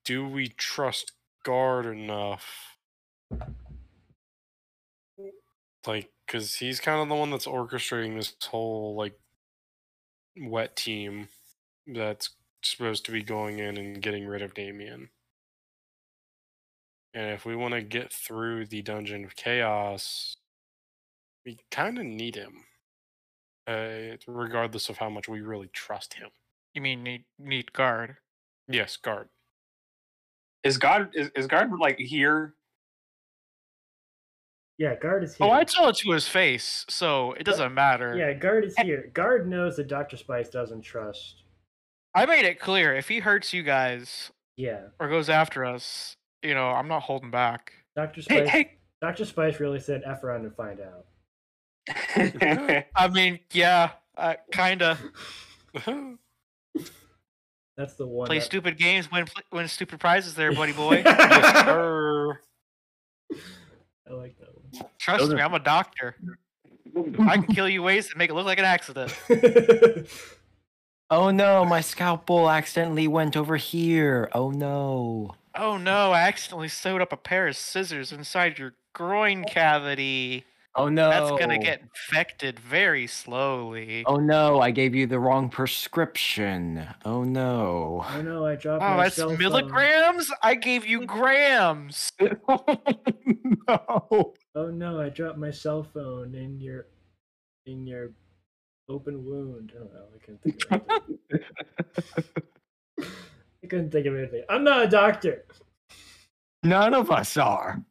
S1: Do we trust guard enough? Like, cause he's kind of the one that's orchestrating this whole like wet team that's supposed to be going in and getting rid of Damien. And if we want to get through the dungeon of chaos, we kind of need him, uh, regardless of how much we really trust him.
S5: You mean need need guard?
S1: Yes, guard.
S4: Is God is, is God like here? [LAUGHS]
S3: Yeah, guard is here.
S5: Oh, I tell it to his face, so it doesn't matter.
S3: Yeah, guard is here. Guard knows that Doctor Spice doesn't trust.
S5: I made it clear if he hurts you guys
S3: Yeah,
S5: or goes after us, you know, I'm not holding back.
S3: Doctor Spice.
S4: Hey, hey.
S3: Doctor Spice really said "f around and find out."
S5: I mean, yeah, uh, kinda.
S3: That's the one.
S5: Play
S3: that-
S5: stupid games, win pl- win stupid prizes, there,
S3: [LAUGHS]
S5: buddy boy.
S1: yes, sir.
S3: I like that one.
S5: Trust
S4: Those
S5: me,
S4: are-
S5: I'm a doctor. I can kill you ways and make it look like an accident.
S2: Oh no, my scout bull accidentally went over here. Oh no.
S5: Oh no, I accidentally sewed up a pair of scissors inside your groin cavity.
S2: Oh no.
S5: That's gonna get infected very slowly. Oh,
S2: Oh no, I gave you the wrong prescription. Oh no. [LAUGHS]
S3: [LAUGHS] oh no, I dropped my
S5: that's
S3: cell phone.
S5: milligrams? I gave you grams.
S2: no.
S3: Oh no, I dropped my cell phone in your in your open wound. I don't know. I couldn't think of anything. I couldn't think of anything. I'm not a doctor.
S2: None of us are.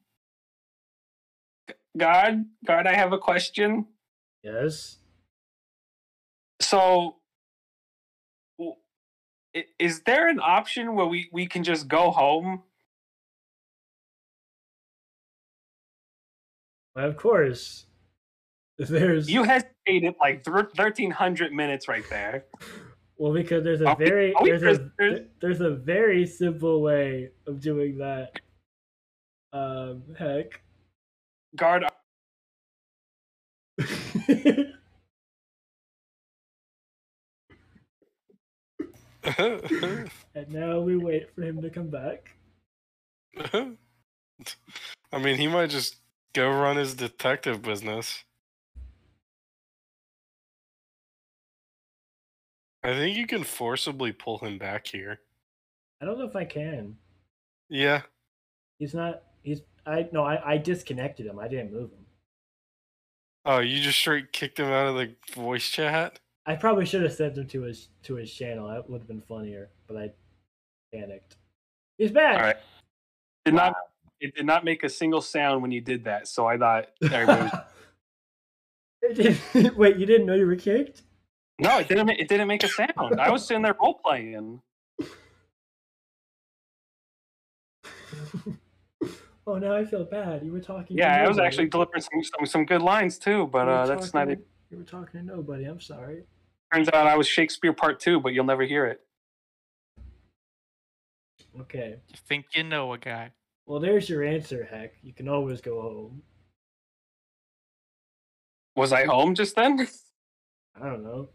S4: God, God, I have a question.
S3: Yes.
S4: So, w- i- is there an option where we we can just go home?
S3: Why, of course. [LAUGHS] There's
S4: You hesitated like thirteen hundred minutes right there.
S3: well because there's a
S4: Are we-
S3: very
S4: are we
S3: oh, there's a
S4: prisoners?
S3: there's a very simple way of doing that. Um heck. [LAUGHS]
S4: Guard,
S3: and now we wait for him to come back.
S1: [LAUGHS] I mean, he might just go run his detective business. I think you can forcibly pull him back here.
S3: I don't know if I can.
S1: Yeah,
S3: He's not. He's. I no. I, I disconnected him. I didn't move him.
S1: Oh, you just straight kicked him out of the voice chat?
S3: I probably should have sent him to his to his channel. That would have been funnier. But I panicked. He's back.
S4: All right. did not it did not make a single sound when you did that. So I thought everybody was-
S3: [LAUGHS] It didn't- [LAUGHS] Wait, you didn't know you were kicked?
S4: no, it didn't. ma- It didn't make a sound. I was sitting there role playing.
S3: [LAUGHS] Oh, now I feel bad. You were talking. to
S4: Yeah, I was
S3: nobody.
S4: actually delivering some, some, some good lines too, but
S3: You were
S4: uh, that's not it.
S3: talking- You were talking to nobody. I'm sorry.
S4: Turns out I was Shakespeare Part Two, but you'll never hear it.
S3: Okay.
S5: You think you know a guy.
S3: Well, there's your answer, Heck. You can always go home.
S4: Was I home just then? [LAUGHS]
S3: I don't know.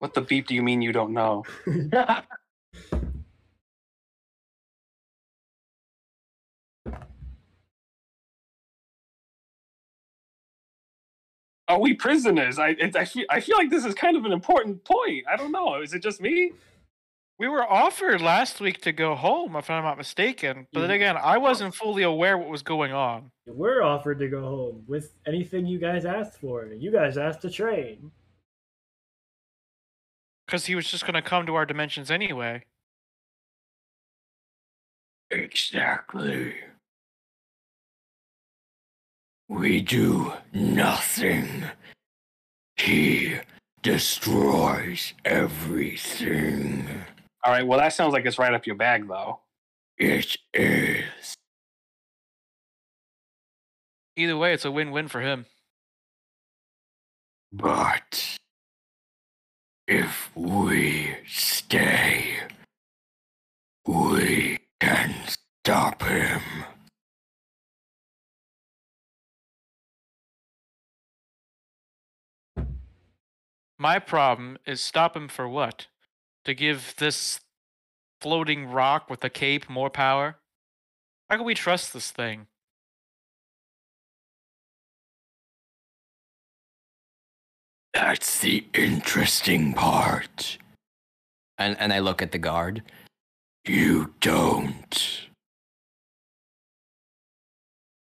S4: What the beep do you mean you
S3: [LAUGHS]
S4: don't know? Are we prisoners? I, it, I, feel, I feel like this is kind of an important point. I don't know. Is it just me?
S5: We were offered last week to go home, if I'm not mistaken. But then
S3: You-
S5: again, I wasn't fully aware what was going on.
S3: We're offered to go home with anything you guys asked for. You guys asked to train.
S5: Because he was just going to come to our dimensions anyway.
S2: Exactly. We do nothing. He destroys everything.
S4: All right. Well, that sounds like it's right up your bag, though.
S2: It is.
S5: Either way, it's a win win for him.
S2: But if we stay, we can stop him.
S5: My problem is stop him for what? To give this floating rock with a cape more power? How can we trust this thing?
S2: That's the interesting part. And and I look at the guard. You don't.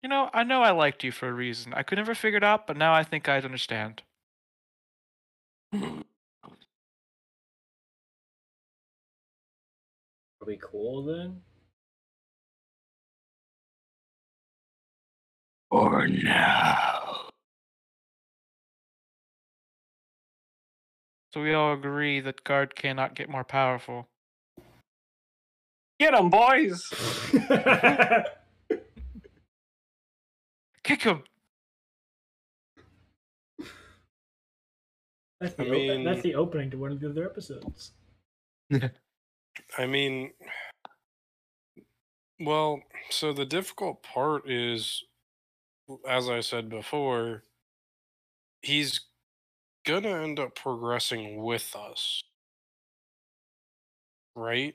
S5: You know, I know I liked you for a reason. I could never figure it out, but now I think I understand.
S3: Are we cool then?
S2: Or now.
S5: So we all agree that guard cannot get more powerful.
S4: Get them, boys.
S5: Kick him!
S3: [LAUGHS] that's, the
S1: I
S3: op-
S1: mean-
S3: that's the opening to one of the other episodes.
S1: I mean, well, so the difficult part is, as I said before, he's gonna end up progressing with us, right?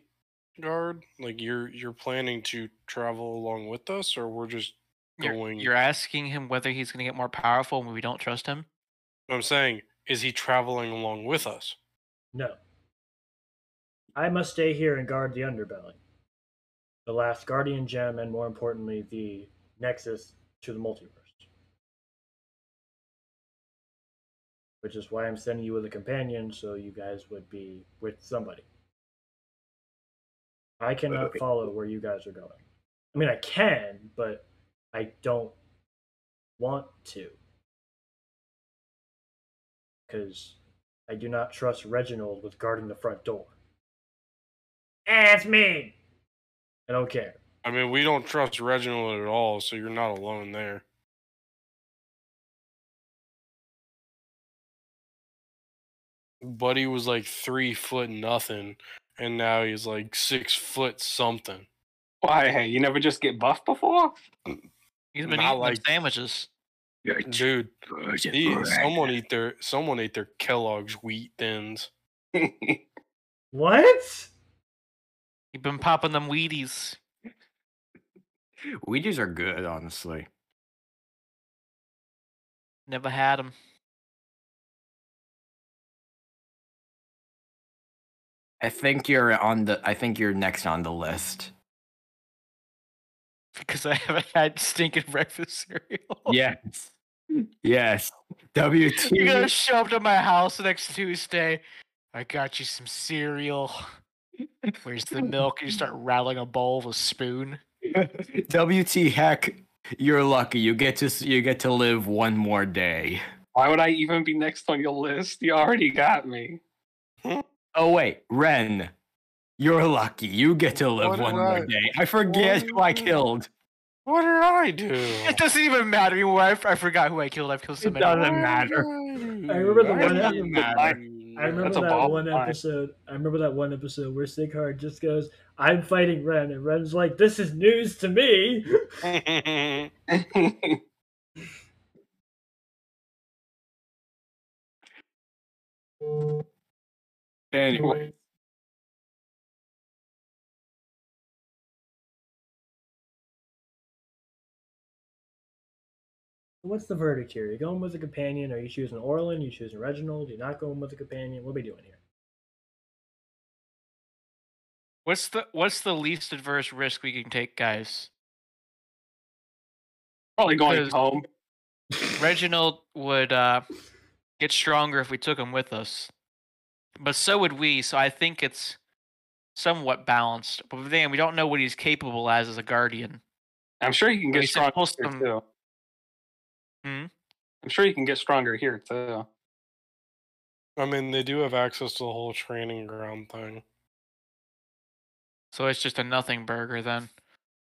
S1: Guard, like you're you're planning to travel along with us, or we're just
S5: You're,
S1: Going-
S5: you're asking him whether he's going to get more powerful when we don't trust him?
S1: I'm saying is he traveling along with us?
S3: No. I must stay here and guard the underbelly. The last guardian gem, and more importantly, the nexus to the multiverse. Which is why I'm sending you with a companion, so you guys would be with somebody. I cannot follow where you guys are going. I mean, I can, but I don't want to. Because I do not trust Reginald with guarding the front door. Eh, it's me. I don't care.
S1: I mean, we don't trust Reginald at all, so you're not alone there. Buddy was like three foot nothing, and now he's like six foot something.
S4: Why? Hey, you never just get buffed before?
S5: He's
S1: Not
S5: been eating them
S1: like-
S5: sandwiches.
S1: Dude, he, someone ate their someone ate their Kellogg's wheat thins.
S4: [LAUGHS] That's
S3: What?
S5: He's been popping them Wheaties.
S2: Ouija's are good, honestly.
S5: Never had them.
S2: I think you're on the. I think you're next on the list.
S5: [LAUGHS] because I haven't had stinking [LAUGHS] breakfast cereal.
S2: Yes. Yes. WT.
S5: [LAUGHS] You're gonna show up to my house next Tuesday. I got you some cereal. Where's the milk? You start rattling a bowl with a spoon.
S2: WT heck. You're lucky. You get to. s- You get to live one more day.
S4: Why would I even be next on your list? You already got me.
S2: Oh wait, Ren. You're lucky. You get to live
S1: What
S2: one
S1: did
S2: more
S1: I-
S2: day. I forget who I
S1: What?
S2: killed.
S1: What did I do?
S5: It doesn't even matter anymore. I, f- I forgot who I killed. I've killed so
S4: Oh. It
S5: many.
S4: doesn't
S1: What did
S4: matter.
S1: do?
S3: I remember the
S1: Why does
S3: one after
S1: it
S3: the
S1: matter?
S3: I remember
S4: That's a
S3: that
S4: ball
S3: one
S4: line.
S3: episode. I remember that one episode where Sighard just goes, "I'm fighting Ren," and Ren's like, "This is news to me."
S4: anyway,
S3: What's the verdict here? You going with a companion? Are you choosing Orlin? You choosing Reginald? You're not going with a companion? What are we doing here?
S5: What's the what's the least adverse risk we can take, guys?
S4: probably going
S5: Because-
S4: home.
S5: Reginald would uh, get stronger if we took him with us, but so would we. So I think it's somewhat balanced. But then we don't know what he's capable as as a guardian.
S4: I'm sure you can
S5: Well,
S4: get
S5: he said
S4: stronger
S5: post
S4: here
S5: them-
S4: too.
S5: Hmm?
S4: I'm sure you can get stronger here too.
S1: I mean, they do have access to the whole training ground thing.
S5: So it's just a nothing burger then.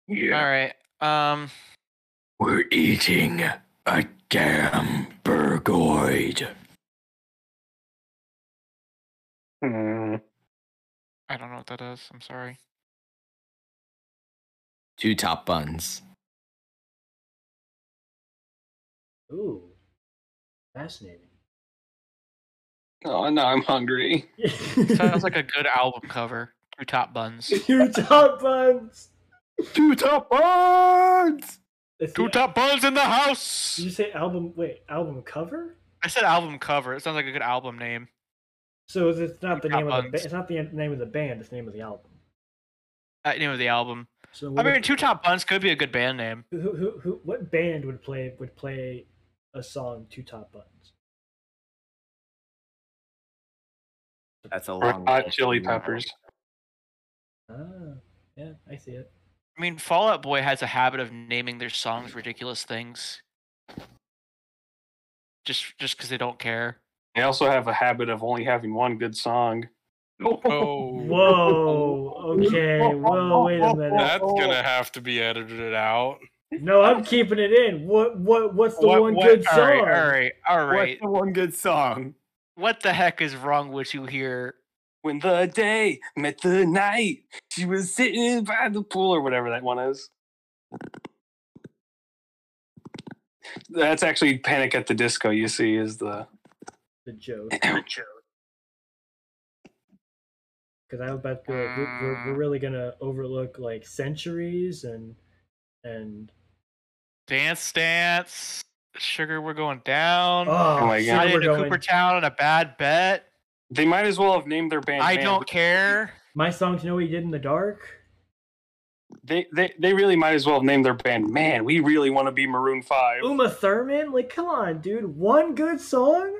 S4: Yeah.
S5: All right. Um.
S2: We're eating a damn burgoid.
S3: Hmm.
S5: I don't know what that is. I'm sorry.
S2: Two top buns.
S3: Ooh, fascinating.
S4: Oh no, I'm hungry.
S3: [LAUGHS]
S5: Sounds like a good album cover. Two top buns.
S3: two top buns.
S2: Two top buns.
S3: It's
S5: Two
S3: the-
S5: top buns in the house.
S3: Did you say album? Wait, album cover?
S5: I said album cover. It sounds like a good album name.
S3: So it's- it's not the
S5: Top
S3: name of the ba-
S5: Buns.
S3: it's not the uh, name of the band. It's the name of the album.
S5: Uh, name of the album.
S3: So
S5: I
S3: what
S5: mean,
S3: if-
S5: Two Top Buns could be a good band name.
S3: who, who, who, what band would play would play a song two top buttons?
S2: That's a
S4: Red
S2: long.
S4: Hot
S2: list.
S4: Chili Peppers.
S3: Ah, yeah, I see it.
S5: I mean, Fallout Boy has a habit of naming their songs ridiculous things. Just, just because they don't care.
S4: They also have a habit of only having one good song. [LAUGHS]
S5: [LAUGHS]
S1: Oh,
S3: Whoa. Okay. Whoa. Wait a
S5: [LAUGHS]
S3: minute.
S1: that's gonna have to be edited out.
S3: No, I'm keeping it in. What? What? What's the
S5: What-
S3: one
S5: what-
S3: good
S5: All
S3: song?
S5: right, all right, all right.
S2: What's the one good song?
S5: What the heck is wrong with you here?
S4: When the day met the night, she was sitting by the pool or whatever that one is. That's actually Panic at the Disco, you see, is the.
S3: The
S5: [CLEARS THROAT]
S3: joke. Because I was about to. Be like, we're, we're,
S5: Uh.
S3: we're really gonna overlook like centuries and and.
S5: Dance, dance, sugar. We're going down.
S3: Oh,
S4: my
S3: shit,
S4: God.
S5: I
S3: we're
S5: did a
S3: going-
S5: Coopertown and a bad bet.
S4: they might as well have named their band.
S5: I
S4: Man.
S5: don't care.
S3: My song to know what you did in the dark.
S4: They, they they really might as well have named their band. Man, we really want to be Maroon Five.
S3: Uma Thurman, like, come on, dude. One good song.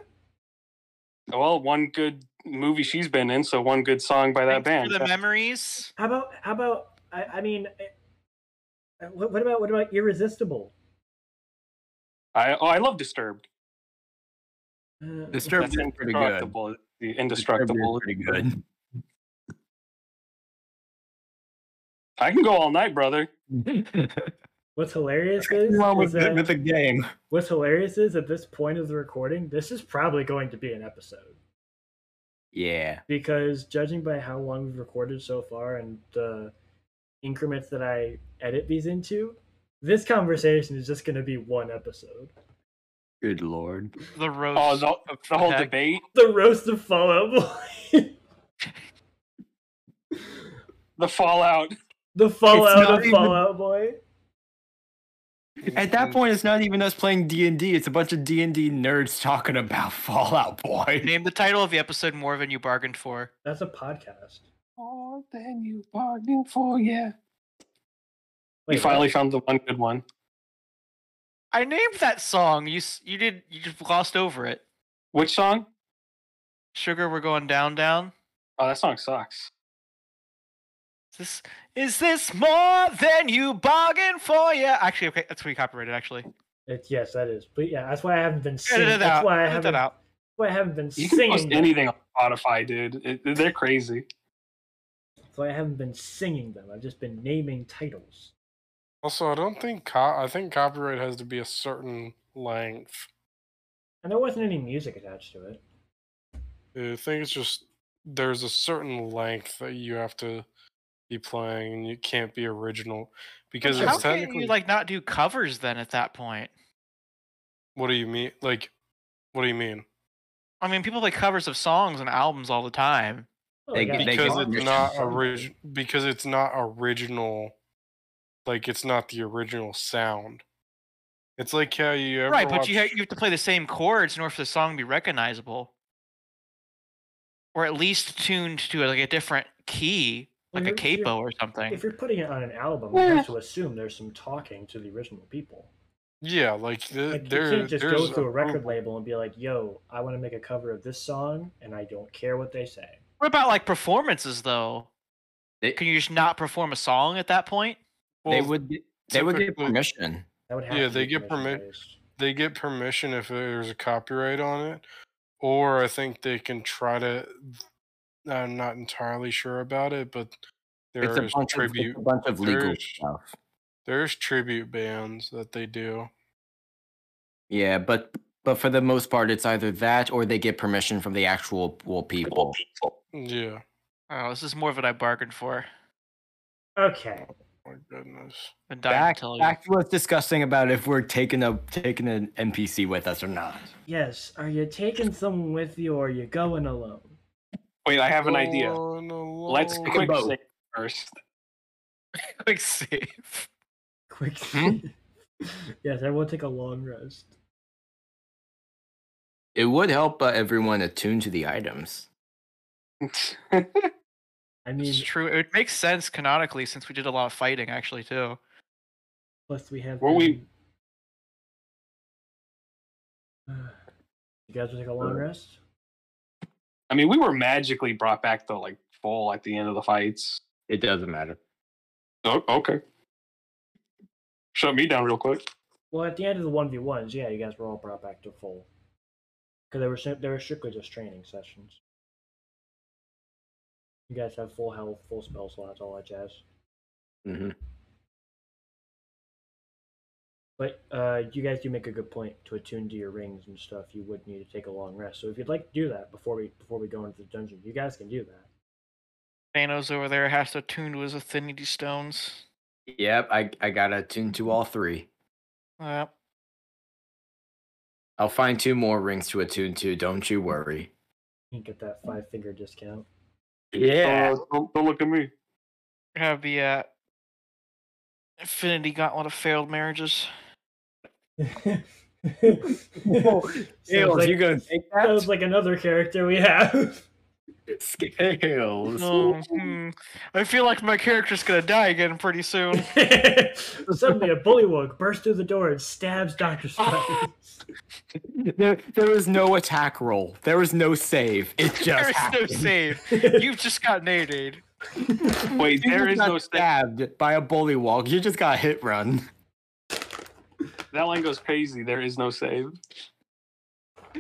S4: Well, one good movie she's been in, so one good song by that
S5: Thanks
S4: band.
S5: for the memories.
S3: How about how about I, I mean, eh, what, what about what about irresistible?
S4: I oh, I love Disturbed.
S3: Uh,
S2: Disturbed
S4: That's
S2: is pretty good.
S4: indestructible. The
S2: Disturbed is
S4: indestructible.
S2: pretty [LAUGHS] good.
S4: I can go all night, brother.
S3: what's hilarious is,
S2: Well,
S3: is
S2: with, the,
S3: that-
S2: with the game.
S3: what's hilarious is at this point of the recording, this is probably going to be an episode
S2: Yeah.
S3: because judging by how long we've recorded so far and the increments that I edit these into, this conversation is just going to be one episode.
S2: Good lord.
S5: The roast.
S4: Oh, the,
S5: of
S4: the whole
S5: Tech.
S4: debate,
S3: The roast of Fallout Boy, [LAUGHS]
S4: the fallout.
S3: the Fallout
S2: not
S3: of
S2: even-
S3: Fallout Boy.
S2: At that point, it's not even us playing D and D. It's a bunch of D and D nerds talking about [LAUGHS] Fallout Boy.
S5: Name the title of the episode more than you bargained for.
S3: That's a podcast.
S4: More than you bargained for, yeah.
S3: Wait,
S4: We
S3: what?
S4: finally found the one good one.
S5: I named that song. You s- you did you just glossed over it.
S4: Which song?
S5: Sugar, we're going down, down.
S4: Oh, that song sucks.
S5: Is this is this more than you bargained for? Yeah, actually, okay, that's pretty copyrighted. Actually,
S3: It, yes, that is. But yeah, that's why I haven't been singing.
S5: edit it
S3: That's
S5: out.
S3: why I
S5: Edit
S3: haven't.
S5: that out.
S3: Why I haven't been
S4: You can post
S3: singing. Them.
S4: anything on Spotify, dude. It- they're crazy.
S3: That's why I haven't been singing them. I've just been naming titles.
S1: Also, I don't think co- I think copyright has to be a certain length.
S3: And there wasn't any music attached to it.
S1: I think it's just there's a certain length that you have to be playing, and it can't be original because
S5: How
S1: it's
S5: can
S1: technically.
S5: you like not do covers then at that point?
S1: what do you mean? Like, what do you mean?
S5: I mean, people play covers of songs and albums all the time.
S3: Oh,
S2: They-
S3: yeah,
S2: they
S1: because it's
S2: give permission.
S1: not original. Because it's not original. Like it's not the original sound. It's like how you ever
S5: right, but you ha-
S1: watch-
S5: you have to play the same chords in order for the song to be recognizable, or at least tuned to like a different key,
S3: Well,
S5: like a
S3: you're- you're-
S5: capo or something.
S3: If you're putting it on an album, you have to assume there's some talking to the original people.
S1: yeah, like, the,
S3: Like,
S1: there,
S3: you can't just
S1: there's
S3: go to a record
S1: group-
S3: label and be like, "Yo, I want to make a cover of this song, and I don't care what they say."
S5: What about like performances though?
S2: They-
S5: Can you just not perform a song at that point?
S2: they
S1: Well,
S2: would get- they would get
S1: typically-
S2: permission.
S3: That would have
S1: Yeah,
S3: to
S1: they
S3: be
S1: get
S3: permission
S1: permit-
S3: based.
S1: they get permission if there's a copyright on it, or I think they can try to. I'm not entirely sure about it, but
S2: It's a,
S1: there's
S2: bunch of,
S1: tribute.
S2: it's a bunch of legal
S1: there's-
S2: stuff.
S1: There's tribute bands that they do.
S2: Yeah, but but for the most part, it's either that or they get permission from the actual well, people.
S1: Yeah.
S5: Oh, this is more of what I bargained for
S3: Okay,
S1: My goodness.
S5: than dying
S2: Back,
S5: to tell you.
S2: back to us discussing about if we're taking a taking an NPC with us or not.
S3: yes. Are you taking someone with you, or are you going alone?
S4: Wait, I have an idea.
S1: Going
S4: Let's
S1: alone.
S4: quick
S2: both.
S4: save first. [LAUGHS]
S5: Quick save.
S3: Quick. [LAUGHS] yes, everyone take a long rest.
S2: It would help uh, everyone attune to the items.
S3: I mean,
S5: It's true. It would make sense canonically since we did a lot of fighting actually too.
S3: plus we have.
S4: Were we-
S3: been- [SIGHS] You guys will take a long rest.
S4: I mean, we were magically brought back though, like full at the end of the fights.
S2: It doesn't matter.
S4: Oh, okay. Shut me down real quick.
S3: Well, at the end of the one v ones, yeah, you guys were all brought back to full, because they were sim- they were strictly just training sessions. You guys have full health, full spell slots, all that jazz.
S2: hmm
S3: But uh, you guys do make a good point to attune to your rings and stuff. You would need to take a long rest, so if you'd like to do that before we before we go into the dungeon, you guys can do that.
S5: Thanos over there has to attune to his affinity stones.
S2: Yep, I I gotta attune to all three.
S5: Uh,
S2: I'll find two more rings to attune to. Don't you worry.
S3: You get that five
S2: [LAUGHS]
S3: finger discount.
S4: [LAUGHS] Uh, don't, don't look at me.
S5: have the uh, Infinity Gauntlet of failed marriages.
S3: sounds, like,
S2: gonna take
S3: sounds like another character we have. [LAUGHS]
S2: Scales.
S5: Oh, hmm. I feel like my character's gonna die again
S2: [LAUGHS]
S5: pretty soon.
S3: Suddenly, a bullywug bursts through the door and
S2: [LAUGHS]
S3: stabs Doctor Strange.
S2: There, there was no attack roll. There was no save. It just
S5: there is
S2: [LAUGHS]
S5: no
S2: happened.
S5: save. You've just got naded.
S4: Wait,
S2: You
S4: there
S2: just
S4: is
S2: got
S4: no stab.
S2: stabbed by a bully walk. You just got hit run.
S4: That line goes crazy. There is no save.
S2: [LAUGHS]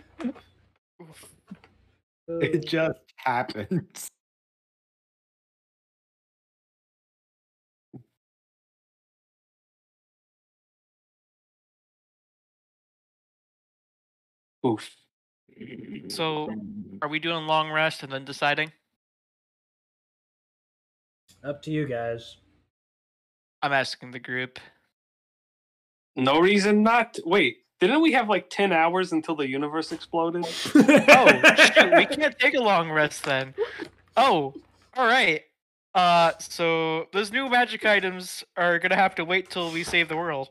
S2: It just happens.
S4: Oof.
S5: So, are we doing long rest and then deciding?
S3: Up to you guys.
S5: I'm asking the group.
S4: No reason not. To. Wait, didn't we have like ten hours until the universe exploded?
S5: Oh, shoot, we can't take a long rest then. Oh, all right. Uh, so those new magic items are gonna have to wait till we save the world.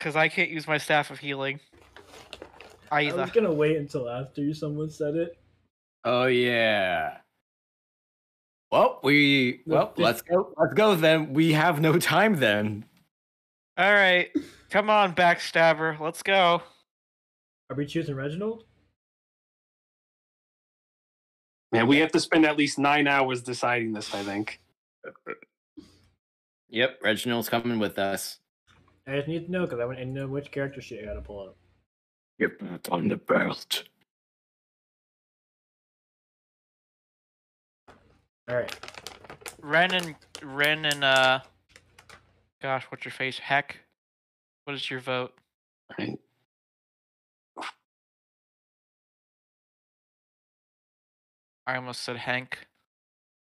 S5: Cause I can't use my staff of healing.
S3: I
S5: Either.
S3: was gonna wait until after someone said it.
S2: Oh yeah. Well, we well
S3: Look, this-
S2: let's go. Let's go then. We have no time then.
S5: All right, come on, backstabber. Let's go.
S3: Are we choosing Reginald?
S4: Man, we have to spend at least nine hours deciding this. I think.
S2: Yep, Reginald's coming with us.
S3: I just need to know because I want to know which character sheet I gotta pull up.
S2: Get back on the belt.
S3: All right.
S5: Ren and Ren and uh, gosh, what's your face? Heck, what is your vote? I almost said Hank.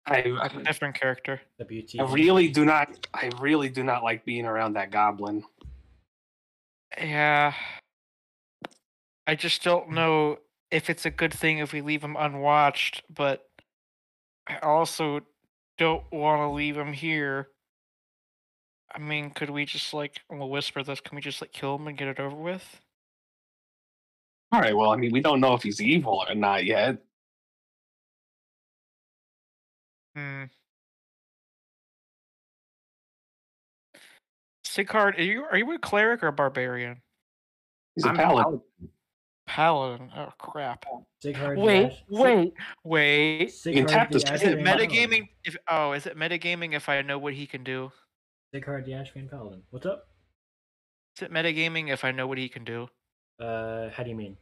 S4: I, I,
S5: Different character.
S3: WT.
S4: I really do not. I really do not like being around that goblin.
S5: Yeah. I just don't know if it's a good thing if we leave him unwatched, but I also don't want to leave him here. I mean, could we just like, I'm gonna whisper this, can we just like kill him and get it over with?
S4: All right. Well, I mean, we don't know if he's evil or not yet.
S5: Hmm. Sigurd, are you are you a cleric or a barbarian?
S4: He's a
S1: I'm
S4: paladin.
S5: Paladin. Oh crap.
S3: Sigurd the Ash- Sig-
S5: wait.
S3: Sigurd
S4: can tap
S3: the
S4: this. Is
S5: Is
S4: it
S5: it
S3: Ashman Paladin.
S5: metagaming? If oh, is it metagaming if I know what he can do?
S3: Sigurd the Ashman Paladin. What's up?
S5: Is it metagaming if I know what he can do?
S3: Uh, how do you mean?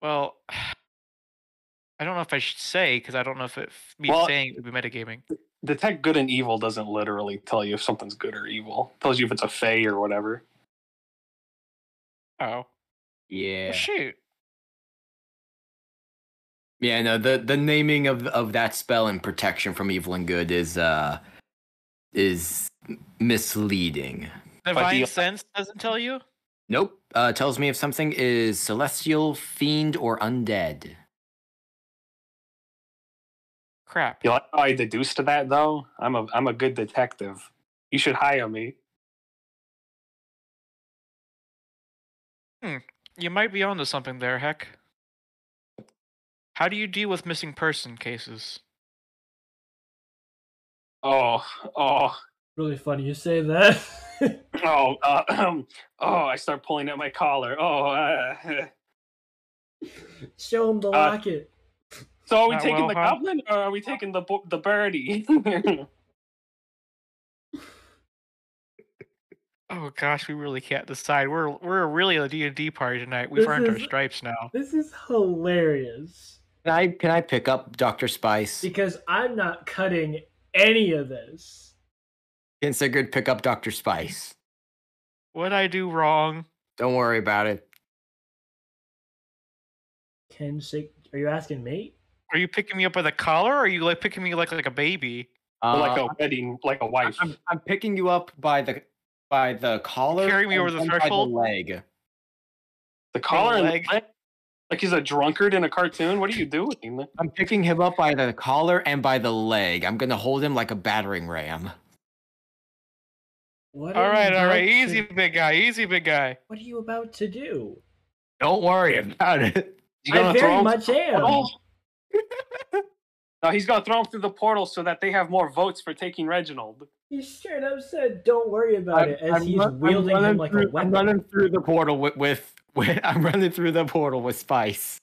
S5: Well, [SIGHS] I don't know if I should say because I don't know if it, f- me
S4: Well-
S5: saying would be metagaming.
S4: Detect good and evil doesn't literally tell you if something's good or evil. tells you if it's a fey or whatever.
S5: Oh,
S2: Yeah.
S5: well, shoot.
S2: Yeah, no, the the naming of of that spell and protection from evil and good is uh is misleading.
S5: Divine
S4: the-
S5: sense doesn't tell you.
S2: Nope. Uh tells me if something is celestial, fiend, or undead.
S5: Crap.
S4: You like how I deduced to that though? I'm a I'm a good detective. You should hire me.
S5: You might be onto something there. Heck. How do you deal with missing person cases?
S4: Oh, oh,
S3: Really funny you say that. [LAUGHS]
S4: oh, uh, [CLEARS THROAT] oh! I start pulling at my collar. Oh, uh, [LAUGHS]
S3: Show him the locket.
S4: so are we
S5: Uh,
S4: taking
S5: well,
S4: the
S5: huh?
S4: goblin or are we taking the bo- the birdie? [LAUGHS]
S5: Oh gosh, we really can't decide. We're we're really a D and D party tonight. We've
S3: This
S5: earned our
S3: is-
S5: stripes now.
S3: This is hilarious
S2: Can I can I pick up Dr. Spice?
S3: because I'm not cutting any of this.
S2: Can Sigurd pick up Dr. Spice?
S5: What I do wrong?
S2: Don't worry about it.
S3: Can Sig? Are you asking me?
S5: Are you picking me up by the collar? Or are you like picking me like like a baby?
S2: Uh,
S4: like a wedding, like a wife.
S2: I'm, I'm picking you up by the by the collar.
S5: Carry me
S2: and
S5: over the
S2: then
S5: threshold?
S2: By the leg.
S4: The collar and the
S5: leg.
S4: leg? Like he's a drunkard in a cartoon. What are you doing?
S2: I'm picking him up by the collar and by the leg. I'm gonna hold him like a battering ram.
S3: What?
S5: All
S3: are you
S5: right, all
S3: about
S5: right, easy
S3: to-
S5: big guy, easy big guy.
S3: what are you about to do?
S2: Don't worry about it.
S4: You
S3: I
S4: gonna throw
S3: very
S4: him
S3: much
S4: through the
S3: am.
S4: portal? no, he's gonna throw him through the portal so that they have more votes for taking Reginald.
S3: He straight up said, "Don't worry about it," as he's
S2: run- I'm
S3: wielding him
S2: running
S3: like
S2: through,
S3: a
S2: I'm
S3: weapon.
S2: running through the portal with, with, with I'm running through the portal with Spice.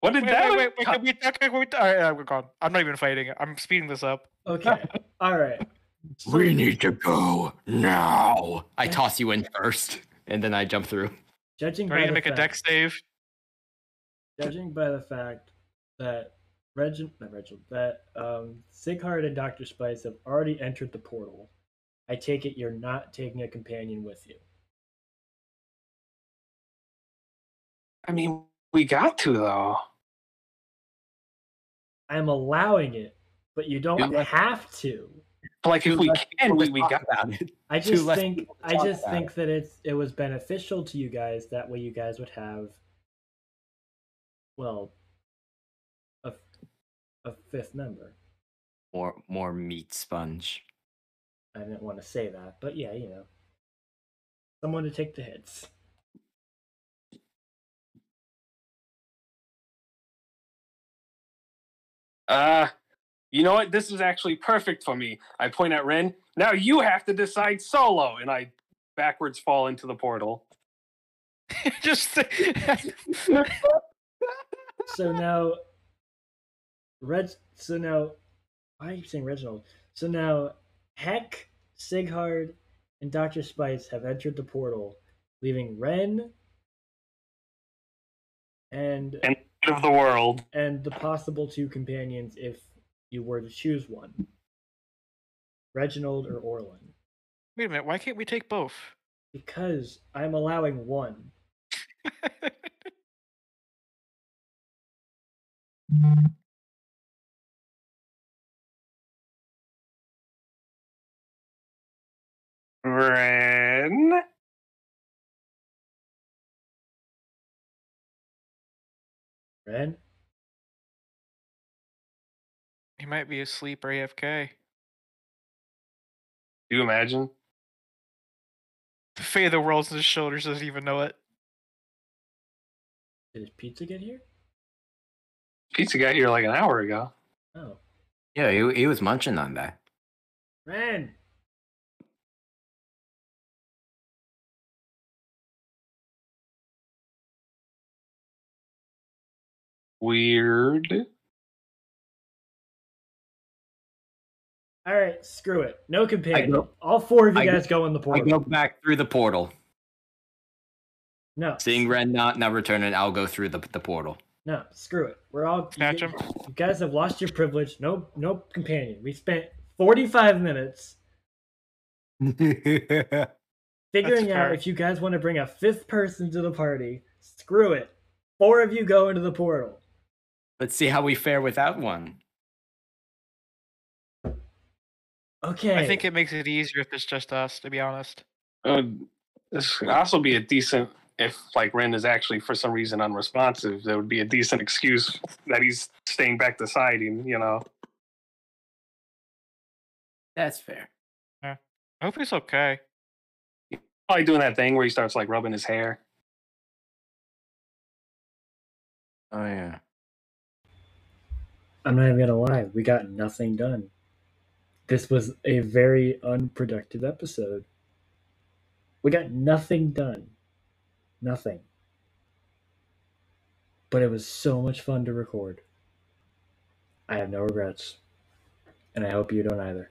S4: What did
S5: Wait,
S4: that?
S5: wait, wait, wait, can we, okay, can we, all right, we're gone. I'm not even fighting. I'm speeding this up.
S3: Okay, all right.
S2: [LAUGHS] We need to go now. I toss you in first, and then I jump through.
S3: Judging by
S5: Are you
S3: the
S5: gonna make a
S3: fact,
S5: deck save? [LAUGHS]
S3: judging by the fact that Reginald, not Reginald, that um, Sighard and Doctor Spice have already entered the portal, I take it you're not taking a companion with you.
S4: I mean, we got to though.
S3: I'm allowing it, but you don't
S2: Yeah.
S3: have to.
S4: Like if
S2: Dude,
S4: we
S2: let's-
S4: can, we, we
S2: Talk
S4: got.
S2: about it.
S3: I
S2: Two
S3: just
S2: less
S3: think
S2: people to
S3: I
S2: talk
S3: just
S2: about
S3: think that it's it was beneficial to you guys. That way, you guys would have, well, a a fifth member.
S2: More more meat sponge.
S3: I didn't want to say that, but yeah, you know, someone to take the hits.
S4: Uh, you know what? This is actually perfect for me. I point at Ren. Now you have to decide solo, and I backwards fall into the portal.
S5: just [LAUGHS]
S3: So now, Reg. So now, why are you saying Reginald? So now, Heck, Sighard, and Doctor Spice have entered the portal, leaving Ren and
S4: End [LAUGHS] of the world.
S3: and the possible two companions if you were to choose one, Reginald or Orlin,
S5: Wait a minute. Why can't we take both?
S3: because I'm allowing one.
S4: Ren.
S3: Ren,
S5: he might be asleep or AFK.
S4: Do you imagine?
S5: The fate of the world's on his shoulders doesn't even know it.
S3: did his pizza get here?
S4: Pizza got here like an hour ago.
S3: Oh,
S2: Yeah, he, he was munching on that.
S3: Ren.
S4: Weird.
S3: All right, screw it. No companion.
S2: go-
S3: All four of you
S2: I go-
S3: guys go in the
S2: I
S3: portal.
S2: go back through the portal.
S3: no,
S2: Seeing Ren not not returning, I'll go through the the [LAUGHS] portal.
S3: no, screw it. We're all you
S5: Snatch
S3: guys-
S5: him.
S3: You guys have lost your privilege. No, no companion. We spent 45 minutes figuring
S5: That's
S3: out
S5: fair.
S3: if you guys want to bring a fifth person to the party. Screw it. Four of you go into the portal.
S2: Let's see how we fare without one.
S3: Okay.
S5: I think it makes it easier if it's just us, to be honest.
S4: Uh, this could also be a decent if like Ren is actually for some reason unresponsive. There would be a decent excuse that he's staying back to siding. You know,
S2: That's fair.
S5: I hope he's okay.
S4: probably doing that thing where he starts like rubbing his hair.
S2: Oh yeah.
S3: I'm not even gonna lie. We got nothing done. This was a very unproductive episode. We got nothing done. Nothing. But it was so much fun to record. I have no regrets. And I hope you don't either.